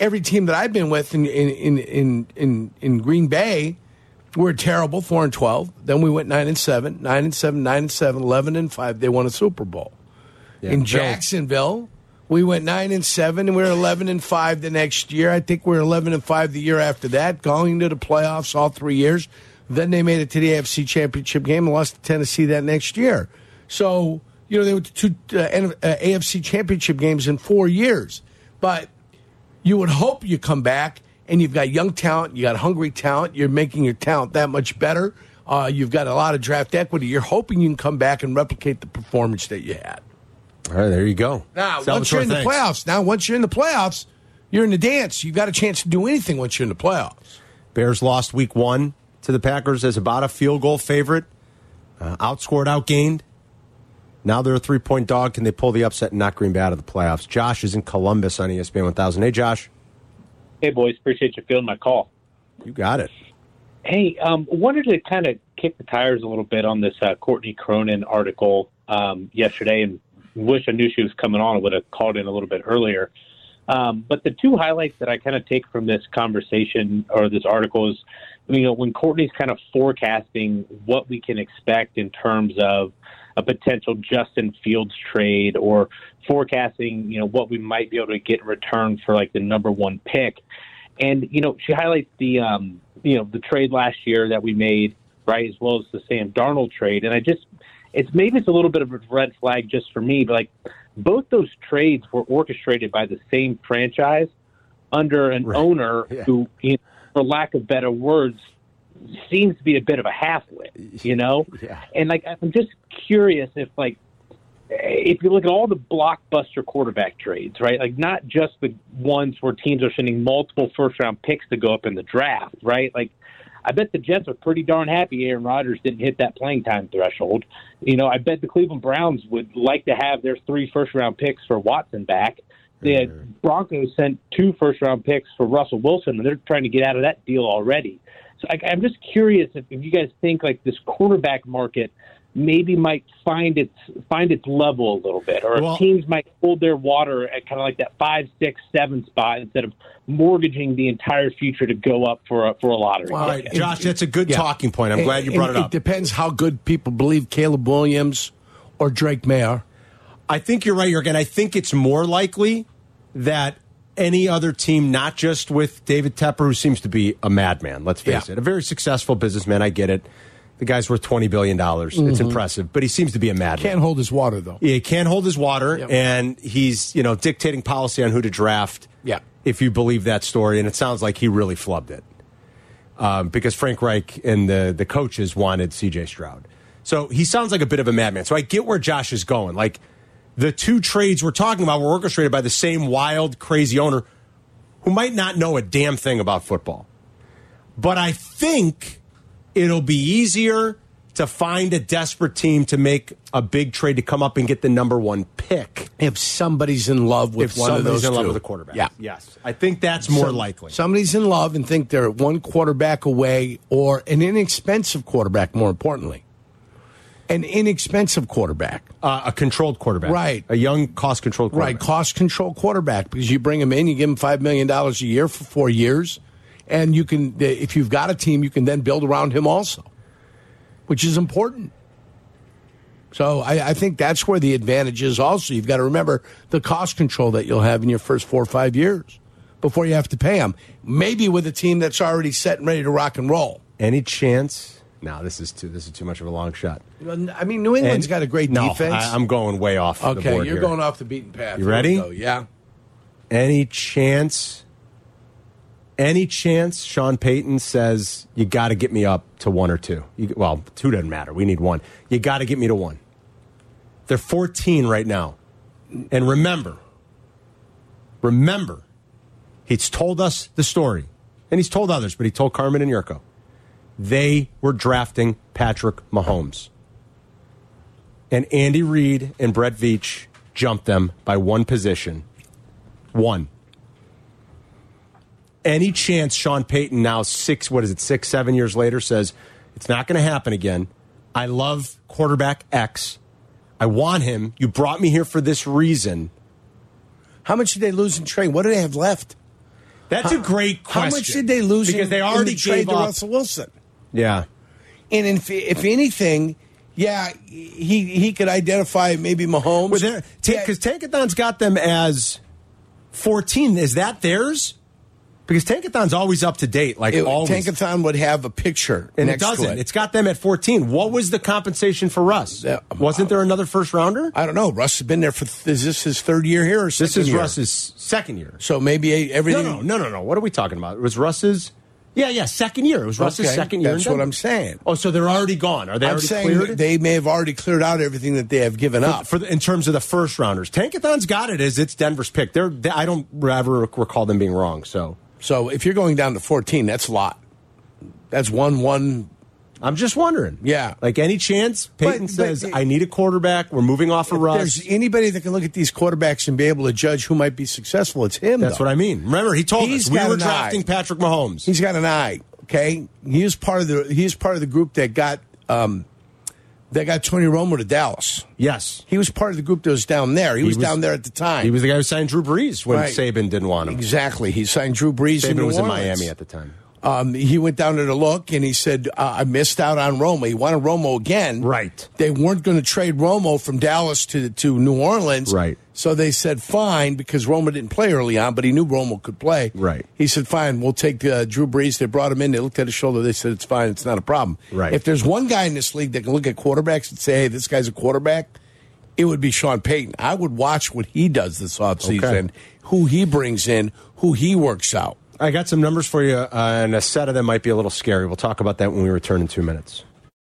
Speaker 4: every team that I've been with in, in, in, in, in, in Green Bay, we were terrible, 4 and 12. Then we went 9 and 7, 9 and 7, 9 and 7, 11 and 5. They won a Super Bowl
Speaker 2: Yeah,
Speaker 4: in
Speaker 2: Bill.
Speaker 4: Jacksonville. We went nine and seven, and we were eleven and five the next year. I think we were eleven and five the year after that, going to the playoffs all three years. Then they made it to the AFC Championship game and lost to Tennessee that next year. So you know they went to two uh, N- uh, AFC Championship games in four years, but you would hope you come back and you've got young talent, you got hungry talent, you're making your talent that much better. Uh, you've got a lot of draft equity. You're hoping you can come back and replicate the performance that you had.
Speaker 2: All right, there you go.
Speaker 4: Now, once
Speaker 2: Oh. Salvatore,
Speaker 4: you're in the
Speaker 2: thanks.
Speaker 4: playoffs, now once you're in the playoffs, you're in the dance. You've got a chance to do anything once you're in the playoffs.
Speaker 2: Bears lost week one to the Packers as about a field goal favorite. Uh, outscored, outgained. Now they're a three point dog. Can they pull the upset and knock Green Bay out of the playoffs? Josh is in Columbus on E ESPN 1000. Hey, Josh,
Speaker 12: Hey, boys, appreciate you fielding my call.
Speaker 2: you got it.
Speaker 12: Hey, um, wanted to kind of kick the tires a little bit on this uh, Courtney Cronin article um, yesterday, and wish I knew she was coming on. I would have called in a little bit earlier. Um, but the two highlights that I kind of take from this conversation or this article is, you know, when Courtney's kind of forecasting what we can expect in terms of a potential Justin Fields trade or forecasting, you know, what we might be able to get in return for like the number one pick. And you know, she highlights the um, you know the trade last year that we made, right, as well as the Sam Darnold trade. And I just, it's maybe it's a little bit of a red flag just for me, but like both those trades were orchestrated by the same franchise under an owner who, you know, for lack of better words, seems to be a bit of a halfwit, you know. And like, I'm just curious if like if you look at all the blockbuster quarterback trades, right? Like not just the ones where teams are sending multiple first round picks to go up in the draft, right? Like I bet the Jets are pretty darn happy Aaron Rodgers didn't hit that playing time threshold. You know, I bet the Cleveland Browns would like to have their three first round picks for Watson back. The Broncos sent two first round picks for Russell Wilson, and they're trying to get out of that deal already. So I, I'm just curious if, if you guys think like this quarterback market maybe might find its find its level a little bit, or if teams might hold their water at kind of like that five, six, seven spot instead of mortgaging the entire future to go up for a, for a lottery.
Speaker 4: Well,
Speaker 12: ticket.
Speaker 4: it-
Speaker 2: Josh, that's a good talking point. I'm glad you brought it up.
Speaker 4: depends how good people believe Caleb Williams or Drake May are.
Speaker 2: I think you're right, Jurgen. I think it's more likely that any other team, not just with David Tepper, who seems to be a madman, let's face
Speaker 4: Yeah.
Speaker 2: it, a very successful businessman. I get it. The guy's worth $20 billion. It's
Speaker 4: Mhm.
Speaker 2: impressive, but he seems to be a madman.
Speaker 4: Can't hold his water, though.
Speaker 2: He can't hold his water, and he's you know dictating policy on who to draft.
Speaker 4: Yeah.
Speaker 2: if you believe that story, and it sounds like he really flubbed it um, because Frank Reich and the the coaches wanted C.J. Stroud. So he sounds like a bit of a madman. So I get where Josh is going. Like the two trades we're talking about were orchestrated by the same wild, crazy owner who might not know a damn thing about football. But I think it'll be easier to find a desperate team to make a big trade to come up and get the number one pick.
Speaker 4: If somebody's in love with
Speaker 2: If
Speaker 4: one of
Speaker 2: somebody's
Speaker 4: those
Speaker 2: in love
Speaker 4: two.
Speaker 2: with a quarterback.
Speaker 4: yeah,
Speaker 2: Yes. I think that's more
Speaker 4: Some-
Speaker 2: likely.
Speaker 4: Somebody's in love and think they're one quarterback away or an inexpensive quarterback, more importantly. An inexpensive quarterback.
Speaker 2: Uh, a controlled quarterback.
Speaker 4: Right.
Speaker 2: A young cost controlled quarterback.
Speaker 4: Right, cost control quarterback because you bring him in, you give him $5 million a year for four years, and you can, if you've got a team, you can then build around him also, which is important. So I, I think that's where the advantage is also. You've got to remember the cost control that you'll have in your first four or five years before you have to pay him. Maybe with a team that's already set and ready to rock and roll.
Speaker 2: Any chance? No, this is too this is too much of a long shot.
Speaker 4: I mean, New England's
Speaker 2: And-
Speaker 4: got a great
Speaker 2: No,
Speaker 4: defense.
Speaker 2: I, am going way off. the
Speaker 4: okay,
Speaker 2: board
Speaker 4: you're
Speaker 2: here.
Speaker 4: going off the beaten path.
Speaker 2: You
Speaker 4: Here we
Speaker 2: ready?
Speaker 4: go. Yeah.
Speaker 2: Any chance? Any chance? Sean Payton says you got to get me up to one or two. You, well, two doesn't matter. We need one. You got to get me to one. They're 14 right now, and remember, remember, he's told us the story, and he's told others, but he told Carmen and Yurko, they were drafting Patrick Mahomes and Andy Reid and Brett Veach jumped them by one position. One. Any chance Sean Payton now six what is it six seven years later says it's not going to happen again. I love quarterback X. I want him. You brought me here for this reason.
Speaker 4: How much did they lose in trade? What do they have left?
Speaker 2: That's a great
Speaker 4: How
Speaker 2: question.
Speaker 4: much did they lose
Speaker 2: because
Speaker 4: in,
Speaker 2: they
Speaker 4: in the
Speaker 2: already
Speaker 4: trade
Speaker 2: gave
Speaker 4: to
Speaker 2: up.
Speaker 4: Russell Wilson?
Speaker 2: Yeah.
Speaker 4: And if, if anything, yeah, he he could identify maybe Mahomes.
Speaker 2: because Tankathon's got them as 14. Is that theirs? Because Tankathon's always up to date, like
Speaker 4: It-
Speaker 2: always.
Speaker 4: Tankathon would have a picture
Speaker 2: and it
Speaker 4: next
Speaker 2: doesn't.
Speaker 4: to it.
Speaker 2: It's got them at 14. What was the compensation for Russ? Wasn't there another first rounder?
Speaker 4: I don't know. Russ has been there for is this his third year here? Or
Speaker 2: This
Speaker 4: second
Speaker 2: is
Speaker 4: year?
Speaker 2: Russ's second year.
Speaker 4: So maybe a- everything.
Speaker 2: No, no, no, no, no. What are we talking about? It was Russ's. Yeah, yeah, second year. It was Russ's
Speaker 4: Okay,
Speaker 2: second year. in
Speaker 4: That's what
Speaker 2: Denver.
Speaker 4: I'm saying.
Speaker 2: Oh, so they're already gone. Are they
Speaker 4: I'm
Speaker 2: already
Speaker 4: saying
Speaker 2: cleared?
Speaker 4: that they may have already cleared out everything that they have given
Speaker 2: for,
Speaker 4: up.
Speaker 2: for the, in terms of the first rounders. Tankathon's got it as it's Denver's pick. They're, they, I don't ever recall them being wrong. So
Speaker 4: So if you're going down to 14, that's a lot. That's one one.
Speaker 2: I'm just wondering.
Speaker 4: Yeah.
Speaker 2: Like any chance Peyton
Speaker 4: But- but
Speaker 2: says,
Speaker 4: it-
Speaker 2: I need a quarterback. We're moving off of
Speaker 4: If
Speaker 2: Russ.
Speaker 4: there's anybody that can look at these quarterbacks and be able to judge who might be successful, it's him.
Speaker 2: That's
Speaker 4: though.
Speaker 2: what I mean. Remember, he told
Speaker 4: He's
Speaker 2: us we
Speaker 4: got
Speaker 2: were
Speaker 4: an
Speaker 2: drafting
Speaker 4: eye.
Speaker 2: Patrick Mahomes.
Speaker 4: He's got an eye. Okay, he is part of the he is part of the group that got um, that got Tony Romo to Dallas.
Speaker 2: yes.
Speaker 4: He was part of the group that was down there. He, was,
Speaker 2: was-
Speaker 4: down there at the time.
Speaker 2: He was the guy who signed Drew Brees when
Speaker 4: Right.
Speaker 2: Saban didn't want him.
Speaker 4: exactly. He signed Drew Brees. in
Speaker 2: Saban
Speaker 4: New
Speaker 2: was in
Speaker 4: Orleans.
Speaker 2: Miami at the time.
Speaker 4: Um, he went down there to look, and he said, uh, "I missed out on Romo. He wanted Romo again.
Speaker 2: Right.
Speaker 4: They weren't going to trade Romo from Dallas to to New Orleans.
Speaker 2: Right.
Speaker 4: So they said fine because Romo didn't play early on, but he knew Romo could play.
Speaker 2: Right.
Speaker 4: He said fine. We'll take uh, Drew Brees. They brought him in. They looked at his shoulder. They said it's fine. It's not a problem.
Speaker 2: Right.
Speaker 4: If there's one guy in this league that can look at quarterbacks and say, "Hey, this guy's a quarterback," it would be Sean Payton. I would watch what he does this offseason,
Speaker 2: Okay.
Speaker 4: who he brings in, who he works out.
Speaker 2: I got some numbers for you, uh, and a set of them might be a little scary. We'll talk about that when we return in two minutes.